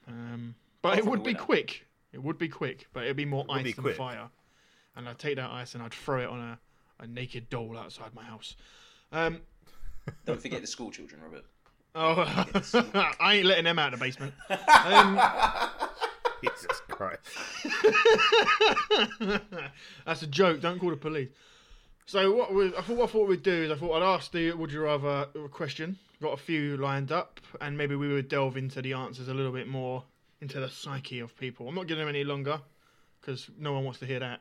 S2: Um, but it
S3: from
S2: would
S3: the
S2: be
S3: winner.
S2: quick. It would be quick, but it'd be more
S1: would
S2: ice
S1: be
S2: than
S1: quick.
S2: fire. And I'd take that ice and I'd throw it on a, a naked doll outside my house. Um,
S3: Don't forget the school children, Robert.
S2: oh, I ain't letting them out of the basement.
S1: Jesus Christ.
S2: That's a joke. Don't call the police. So what we, I thought what I thought we'd do is I thought I'd ask the would you rather question. Got a few lined up, and maybe we would delve into the answers a little bit more into the psyche of people. I'm not giving them any longer because no one wants to hear that.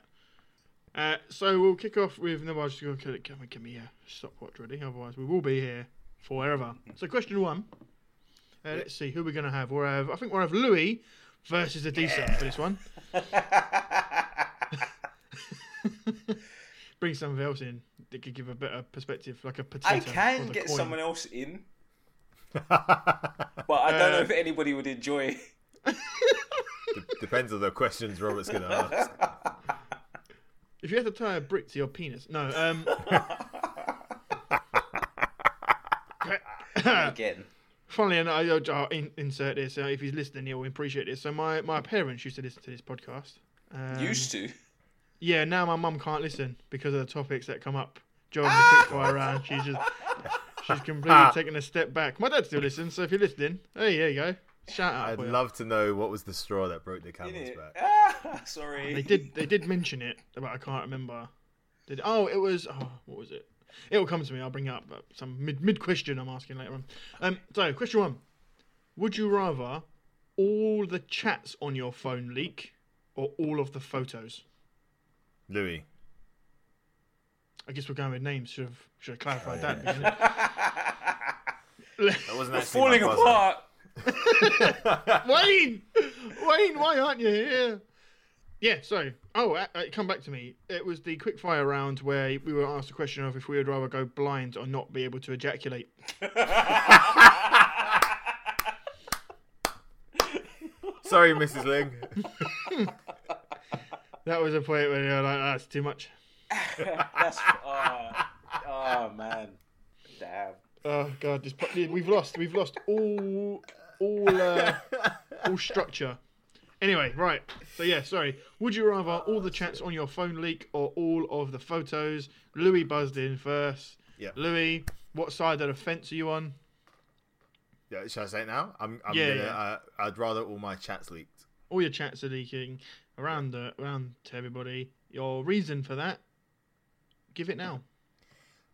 S2: Uh, so we'll kick off with no. I'm just going to give me- give me a stopwatch ready, otherwise we will be here forever. So question one. Uh, let's see who we're going to have. We'll have I think we'll have Louis versus the decent for this one. Bring something else in that could give a better perspective, like a potato.
S3: I can
S2: or the
S3: get
S2: coin.
S3: someone else in, but I don't know if anybody would enjoy.
S1: Depends on the questions Robert's going to ask.
S2: If you had to tie a brick to your penis, no. Um,
S3: again.
S2: Funnily enough, I'll, I'll in, insert this. Uh, if he's listening, he'll appreciate this. So my, my parents used to listen to this podcast. Um,
S3: Used to.
S2: Yeah, now my mum can't listen because of the topics that come up during the quickfire round. She's just she's completely
S1: Ah.
S2: taking a step back. My dad still listens, so if you're listening, hey, there you go. Shout out.
S1: I'd
S2: boy.
S1: love to know what was the straw that broke the camel's back.
S3: Ah, sorry.
S2: They did they did mention it, but I can't remember. Did oh it was oh what was it? It'll come to me. I'll bring it up but some mid mid question I'm asking later on. Um, so question one: Would you rather all the chats on your phone leak or all of the photos?
S1: Louis.
S2: I guess we're going with names. Should have should have clarified that. at the beginning.
S1: That wasn't actually
S3: Falling
S1: my puzzle.
S3: apart.
S2: Wayne, Wayne, why aren't you here? Yeah, so oh, uh, uh, come back to me. It was the quickfire round where we were asked a question of if we would rather go blind or not be able to ejaculate.
S1: Sorry, Mrs. Ling.
S2: That was a point where you're like, "Ah, that's too much.
S3: That's. Oh, oh man. Damn.
S2: Oh god, this po- we've lost, we've lost all, all, uh, all structure. Anyway, right. So yeah, sorry. Would you rather all the chats on your phone leak or all of the photos? Louis buzzed in first.
S1: Yeah.
S2: Louis, what side of the fence are you on?
S1: Yeah, Should I say it now? I'm, I'm
S2: Yeah,
S1: gonna,
S2: yeah.
S1: Uh, I'd rather all my chats leaked.
S2: all your chats are leaking around the, around to everybody. Your reason for that? Give it now.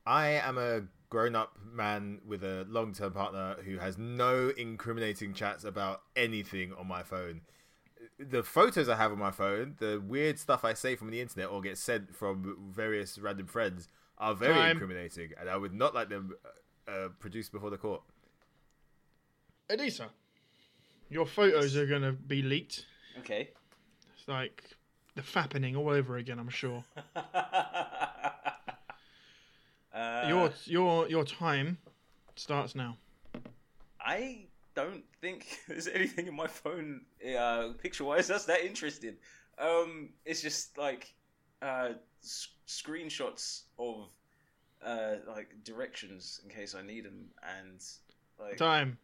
S1: I am a grown up man with a long term partner who has no incriminating chats about anything on my phone. The photos I have on my phone, the weird stuff I say from the internet or get sent from various random friends are very
S2: Time.
S1: incriminating, and I would not like them uh, uh, produced before the court.
S2: Elisa, your photos are gonna be leaked.
S3: Okay.
S2: It's like the fappening all over again. I'm sure.
S3: Um,
S2: your your your time starts now.
S3: I don't think there's anything in my phone, uh, picture-wise, that's that interesting. Um, it's just like uh, s- screenshots of uh, like directions in case I need them, and like
S2: Time.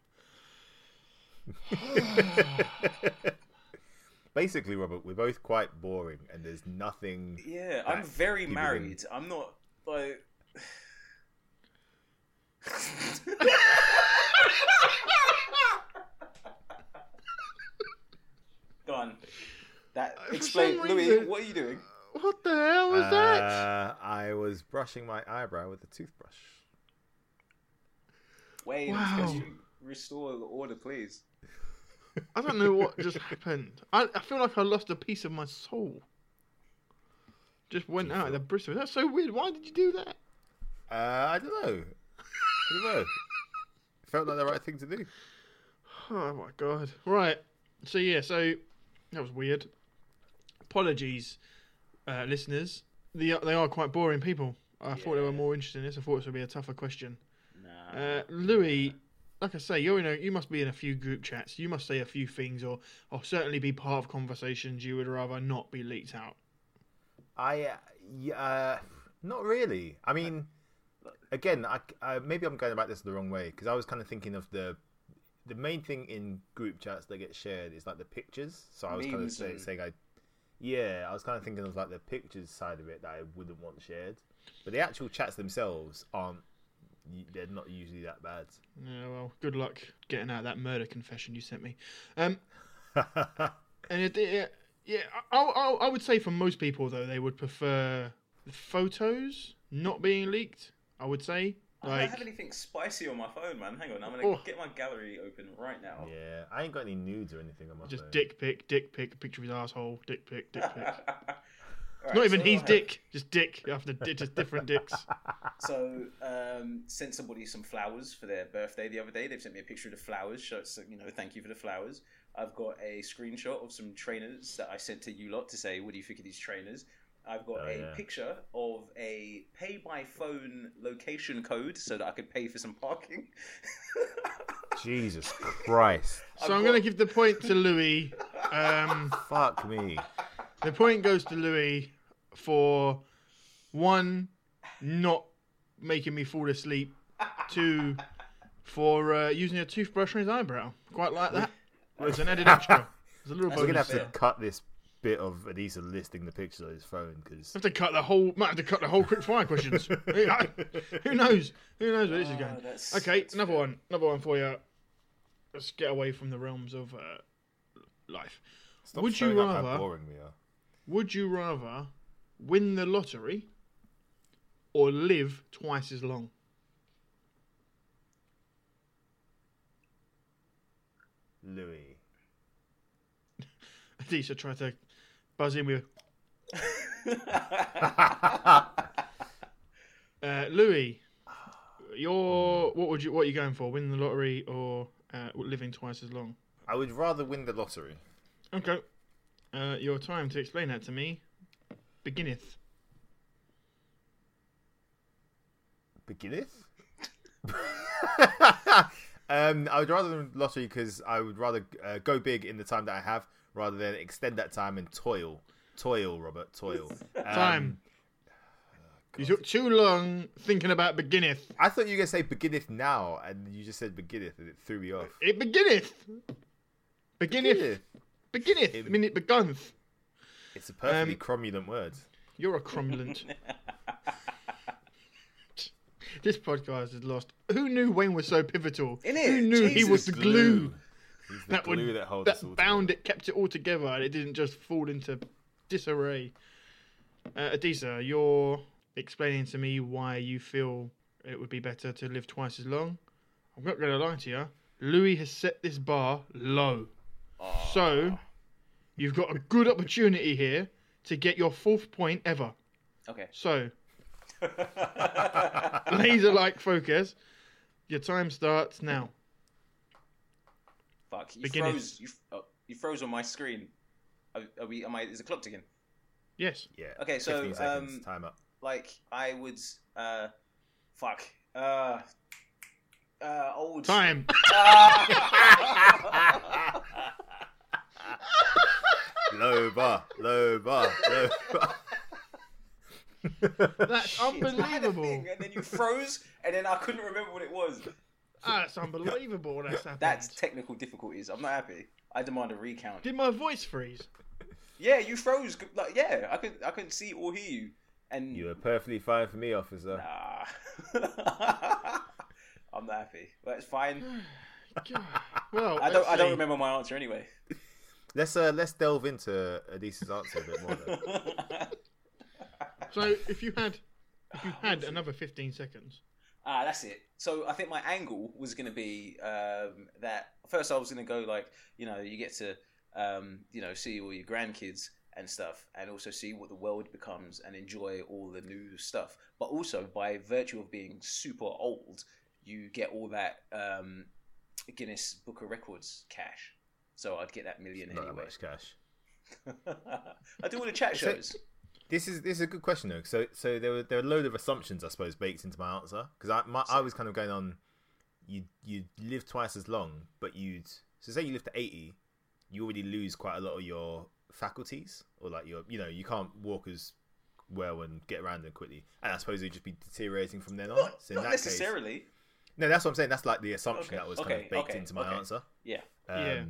S1: Basically, Robert, we're both quite boring, and there's nothing.
S3: yeah, I'm
S1: Right.
S3: very
S1: Give me
S3: married. I'm not like. Done. That explain,
S2: some
S3: Louis.
S2: reason-
S3: What are you doing?
S2: What the hell was that?
S1: Uh, I was brushing my eyebrow with a toothbrush.
S3: Wayne,
S2: Wow.
S3: can you restore the order, please?
S2: I don't know what just happened. I, I feel like I lost a piece of my soul. Just went out of the bristle. That's so weird. Why did you do that?
S1: Uh, I don't know. I don't know. Felt like the right thing to do.
S2: Oh my god. Right. So yeah, so that was weird. Apologies, uh, listeners. The, they are quite boring people. I thought they were more interested in this. I thought this would be a tougher question.
S3: Nah.
S2: Uh, Louis, like I say, you're in a, you must be in a few group chats. You must say a few things, or or certainly be part of conversations you would rather not be leaked out.
S1: I uh, y- uh, not really. I mean, again, I, I maybe I'm going about this the wrong way because I was kind of thinking of the the main thing in group chats that get shared is like the pictures. So I was kind of
S3: Memes
S1: say,
S3: and-
S1: saying I. Yeah, I was kind of thinking of like the pictures side of it that I wouldn't want shared, but the actual chats themselves aren't. They're not usually that bad.
S2: Yeah, well, good luck getting out of that murder confession you sent me. Um, and it, it, yeah, I, I, I would say for most people though, they would prefer the photos not being leaked. I would say,
S3: I don't have
S2: like,
S3: anything spicy on my phone, man. Hang on, I'm gonna
S2: Oh.
S3: get my gallery open right now.
S1: Yeah, I ain't got any nudes or anything on my
S2: just
S1: phone.
S2: dick pic, dick pic, picture of his asshole, dick pic, dick pic.
S3: Alright,
S2: Not even
S3: so
S2: he's
S3: I have-
S2: dick, just dick after di- just different dicks.
S3: So, um, sent somebody some flowers for their birthday the other day. They've sent me a picture of the flowers. So, it's, you know, thank you for the flowers. I've got a screenshot of some trainers that I sent to you lot to say, what do you think of these trainers? I've got
S1: Oh,
S3: a
S1: yeah.
S3: picture of a pay by phone location code so that I could pay for some parking.
S1: Jesus Christ!
S2: So I'm going to give the point to Louis. Um,
S1: Fuck me.
S2: the point goes to Louis for one, not making me fall asleep. Two, for uh, using a toothbrush on his eyebrow. Quite like that. It's an added extra. It's a little
S1: We're gonna
S2: bonus.
S1: have
S2: there.
S1: to cut this bit of Anissa listing the pictures on his phone because
S2: Have to cut the whole. Might have to cut the whole quick fire questions. Who knows? Who knows where this is going?
S3: Ah, that's-
S2: okay,
S3: that's
S2: another
S3: fair.
S2: one. Another one for you. Let's get away from the realms of uh, life. would you
S1: how
S2: rather?
S1: boring we are.
S2: Would you rather win the lottery or live twice as long?
S1: Louis.
S2: Adisa tried to buzz in with. uh, Louis, your what would you what are you going for? Win the lottery or uh, living twice as long?
S1: I would rather win the lottery.
S2: Okay. Uh, your time to explain that to me beginneth.
S1: Beginneth? um, I would rather win the lottery because I would rather uh, go big in the time that I have rather than extend that time and toil. Toil, Robert, toil. Um,
S2: Time. you took too long thinking about beginneth.
S1: I thought you were going to say beginneth now and you just said beginneth and it threw me off.
S2: It beginneth. Beginneth.
S1: Beginneth.
S2: Beginneth. I mean, it begunneth.
S1: It's a perfectly
S2: Um,
S1: cromulent word.
S2: You're a crumulent. this podcast is lost. Who knew Wayne was so pivotal?
S3: Innit?
S2: Who knew he was the
S3: Jesus,
S2: glue,
S1: He's the
S2: that
S1: glue
S2: would
S1: that holds us all
S2: that
S1: together.
S2: bound it, kept it all together, and it didn't just fall into disarray? Uh, Adisa, you're explaining to me why you feel it would be better to live twice as long. I'm not going to lie to you. Louis has set this bar low. So, you've got a good opportunity here to get your fourth point ever.
S3: Okay.
S2: So, laser like focus. Your time starts now.
S3: Fuck. You
S2: Beginneth.
S3: froze. You, f- oh, you froze on my screen. Are, are we? Am I? Is it clocked again?
S2: Yes.
S1: Yeah.
S3: Okay, so,
S1: 15 seconds,
S3: um,
S1: time up.
S3: like I would uh fuck uh uh old
S2: Time.
S1: Low bar, low bar, low bar.
S2: That's
S3: I had a
S2: unbelievable.
S3: thing and then you froze and then I couldn't remember what it was.
S2: That's unbelievable. That's happened.
S3: That's technical difficulties. I'm not happy. I demand a recount.
S2: Did my voice freeze?
S3: Yeah, you froze. Like yeah, I could I couldn't see or hear you. And
S1: You were perfectly fine for me, officer.
S3: ah. I'm not happy. That's fine.
S2: God. Well,
S3: I don't.
S2: let's
S3: I don't
S2: see.
S3: remember my answer anyway.
S1: Let's uh, let's delve into Adisa's answer a bit more. Though.
S2: So, if you had, if you had another 15 seconds,
S3: Ah, that's it. So I think my angle was going to be um, that first I was going to go like, you know, you get to, um, you know, see all your grandkids and stuff, and also see what the world becomes and enjoy all the new stuff. But also, by virtue of being super old, you get all that um, Guinness Book of Records cash. So I'd get that million
S1: Not that
S3: anyway.
S1: much cash.
S3: I do all the chat shows.
S1: This is this is a good question though. So so there were there are a load of assumptions I suppose baked into my answer because I my, I was kind of going on you you live twice as long, but you'd so say you live to eighty, you already lose quite a lot of your faculties, or like your you know you can't walk as well and get around and quickly. And I suppose you'd just be deteriorating from then on.
S3: Not,
S1: so in
S3: not
S1: that case-
S3: necessarily.
S1: no, that's what I'm saying. That's like the assumption
S3: Okay,
S1: that was kind
S3: okay,
S1: of baked
S3: okay,
S1: into my
S3: okay.
S1: answer.
S3: Yeah.
S1: Um,
S2: Yeah.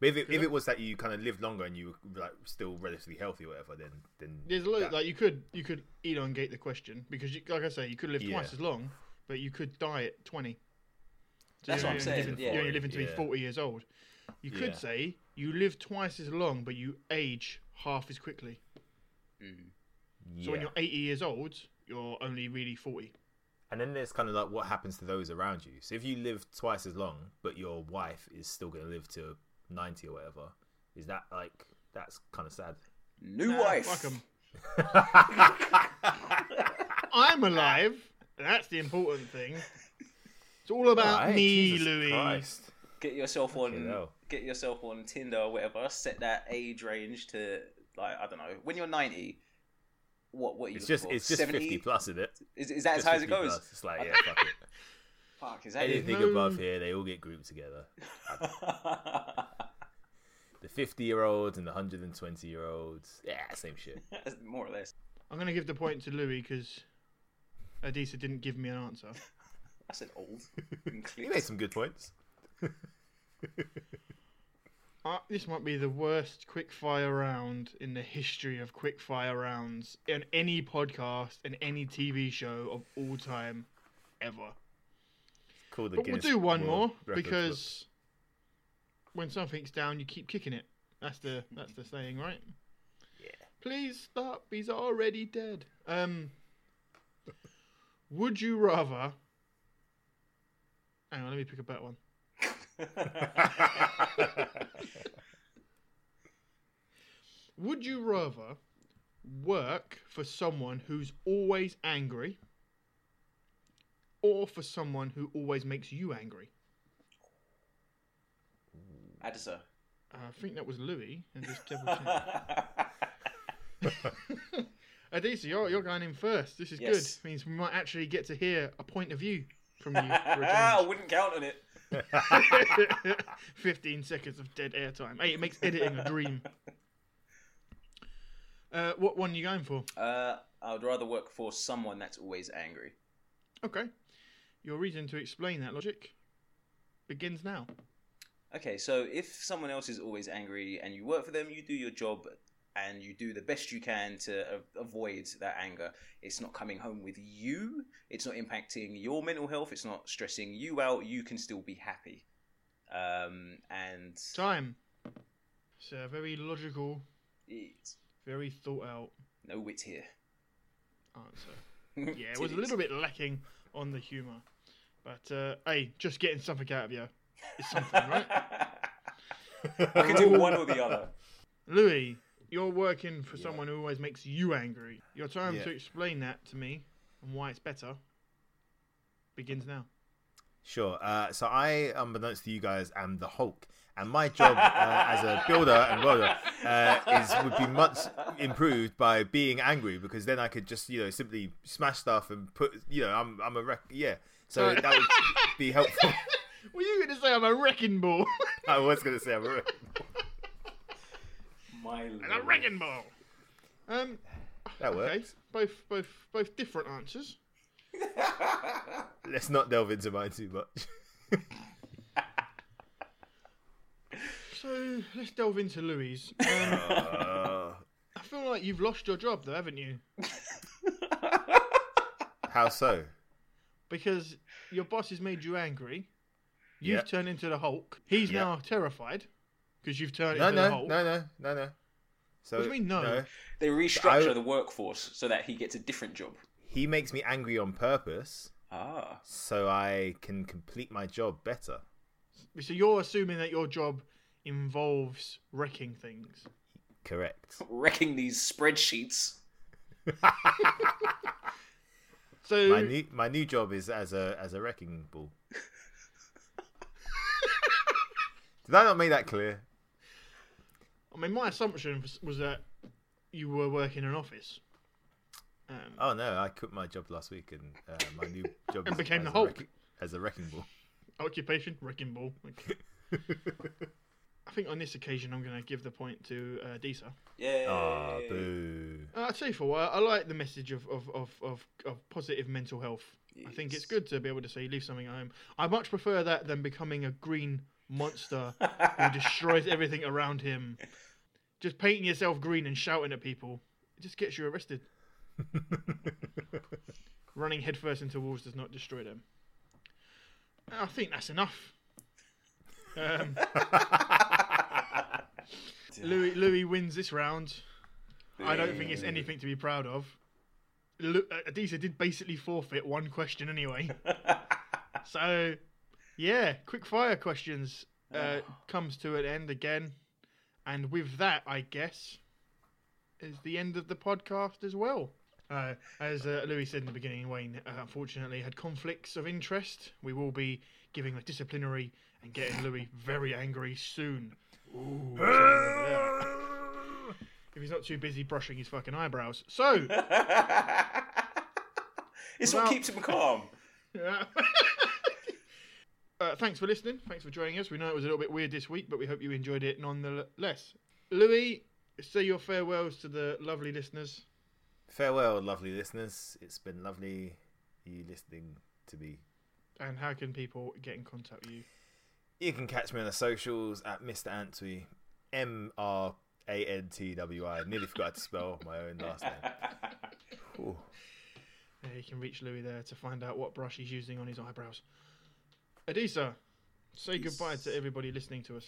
S1: But if it, if it was that you kind of lived longer and you were like still relatively healthy or whatever, then then
S2: There's a lot
S1: that-
S2: like you could you could elongate the question because you, like I say, you could live
S1: Yeah.
S2: twice as long, but you could die at twenty. So
S3: That's
S2: you're
S3: what I'm
S2: only
S3: saying,
S2: living-
S3: yeah.
S2: You're only living to
S1: Yeah.
S2: be forty years old. You could
S1: Yeah.
S2: say you live twice as long, but you age half as quickly. So
S1: yeah.
S2: when you're eighty years old, you're only really forty.
S1: And then there's kind of like what happens to those around you. So if you live twice as long, but your wife is still going to live to 90 or whatever, is that like that's kind of sad?
S3: New
S2: Ah,
S3: wife.
S2: fuck 'em. I'm alive. and That's the important thing. It's all about me, Louis.
S3: Get yourself on.
S1: Fucking hell.
S3: Get yourself on Tinder or whatever. Set that age range to like I don't know. When you're ninety, what what are you
S1: It's
S3: looking
S1: just
S3: for?
S1: it's just
S3: 70?
S1: 50 plus, isn't it?
S3: Is, is that as
S1: Just
S3: high as it
S1: 50
S3: goes?
S1: plus. It's like yeah, fuck it.
S3: Fuck, is that it?
S1: Anything
S2: no-
S1: above here, they all get grouped together. The 50 year olds and the 120 year olds, yeah, same shit.
S3: More or less.
S2: I'm going to give the point to Louis because Adisa didn't give me an answer.
S3: I said old.
S1: You made some good points.
S2: Uh, this might be the worst quickfire round in the history of quickfire rounds in any podcast and any TV show of all time ever.
S1: Cool. The
S2: But we'll
S1: Guinness
S2: do one
S1: World
S2: more
S1: Records book.
S2: because when something's down, you keep kicking it. That's the that's the saying, right? Yeah. Please stop. He's already dead. Um. would you rather? Hang on, let me pick a better one. Would you rather work for someone who's always angry or for someone who always makes you angry?
S3: Adisa.
S2: Uh, I think that was Louis. And just double check. Adisa, you're, you're going in first. This is
S3: Yes.
S2: good. Means we might actually get to hear a point of view from you. For
S3: Ah, I
S2: a
S3: wouldn't count on it.
S2: change. 15 seconds of dead air time. Hey, it makes editing a dream. Uh, what one are you going for?
S3: Uh, I would rather work for someone that's always angry.
S2: Okay. Your reason to explain that logic begins now.
S3: Okay, so if someone else is always angry and you work for them, you do your job and you do the best you can to a- avoid that anger. It's not coming home with you, it's not impacting your mental health, it's not stressing you out. You can still be happy. Um, and
S2: Time. So very logical,
S3: it's
S2: very thought out
S3: no wit here.
S2: answer. Yeah, it was a little bit lacking on the humour. But uh, hey, just getting something out of you is something, right?
S3: I can do one or the other.
S2: Louis, you're working for someone who always makes you angry. Your time
S1: Yeah.
S2: to explain that to me and why it's better begins now.
S1: Sure. Uh, so I, unbeknownst to you guys, am the Hulk, and my job uh, as a builder and welder uh, is would be much improved by being angry because then I could just you know simply smash stuff and put you know I'm I'm a wreck. Yeah. So that would be helpful.
S2: Were you going to say I'm a wrecking ball?
S1: I was gonna say I'm a wreck.
S3: My
S2: a wrecking ball. Um,
S1: That works.
S2: okay, both both both different answers.
S1: Let's not delve into mine too much.
S2: So let's delve into Louis. Um, I feel like you've lost your job though, haven't you?
S1: How so?
S2: Because your boss has made you angry. You've
S1: Yeah.
S2: turned into the Hulk. He's
S1: Yeah.
S2: now terrified because you've turned
S1: No,
S2: into the
S1: no,
S2: Hulk.
S1: no, no, no, no. So
S2: What do you mean, no?
S3: They restructure
S1: I-
S3: the workforce so that he gets a different job.
S1: He makes me angry on purpose
S3: Ah.
S1: so I can complete my job better.
S2: So you're assuming that your job involves wrecking things.
S1: Correct.
S3: Wrecking these spreadsheets.
S2: So
S1: My new my new job is as a as a wrecking ball. Did I not make that clear?
S2: I mean, my assumption was- was that you were working in an office. Um,
S1: Oh no, I quit my job last week and uh, my new job
S2: And
S1: is
S2: became
S1: as
S2: the
S1: a
S2: Hulk.
S1: wrecking- as a wrecking ball.
S2: Occupation wrecking ball. Okay. I think on this occasion I'm going to give the point to uh, Disa.
S3: Yeah.
S1: Ah, boo.
S2: Uh, I'll tell you for what, I like the message of, of, of, of, of positive mental health. I think it's
S3: Yes.
S2: good to be able to say, leave something at home. I much prefer that than becoming a green monster who destroys everything around him. Just painting yourself green and shouting at people, it just gets you arrested. Running headfirst into walls does not destroy them. I think that's enough. Um, Louis, Louis wins this round. I don't think it's anything to be proud of. Lu- uh, Adisa did basically forfeit one question anyway. so, yeah, quick fire questions uh, comes to an end again. And with that, I guess, is the end of the podcast as well. Uh, as uh, Louis said in the beginning, Wayne uh, unfortunately had conflicts of interest. We will be giving a disciplinary and getting Louis very angry soon. Ooh, something over there if he's not too busy brushing his fucking eyebrows. So,
S3: It's what
S2: Well-
S3: keeps him calm.
S2: uh, thanks for listening. Thanks for joining us. We know it was a little bit weird this week, but we hope you enjoyed it nonetheless. Louis, say your farewells to the lovely listeners.
S1: Farewell, lovely listeners. It's been lovely you listening to me.
S2: And how can people get in contact with you?
S1: You can catch me on the socials at Mr. Antwi, M R A N T W I. Nearly forgot to spell my own last name. Ooh.
S2: Uh, you can reach Louis there to find out what brush he's using on his eyebrows. Adisa, say goodbye to everybody listening to us.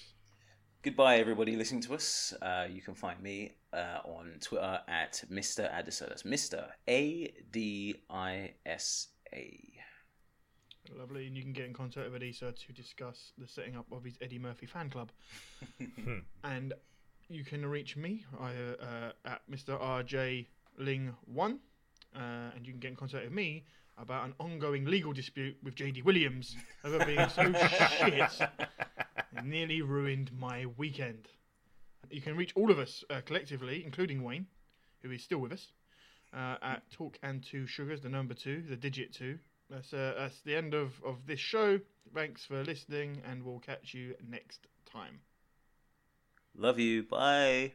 S3: Goodbye, everybody listening to us. Uh, you can find me uh, on Twitter at Mr. Adisa. That's Mr. A D I S A.
S2: Lovely, and you can get in contact with Adisa to discuss the setting up of his Eddie Murphy fan club. and you can reach me I, uh, uh, at Mr. RJ Ling One, uh, and you can get in contact with me about an ongoing legal dispute with JD Williams over being so shit, it nearly ruined my weekend. You can reach all of us uh, collectively, including Wayne, who is still with us uh, at Talk and Two Sugars, the number two, the digit two. That's uh, that's the end of of this show. Thanks for listening, and we'll catch you next time.
S3: Love you. Bye.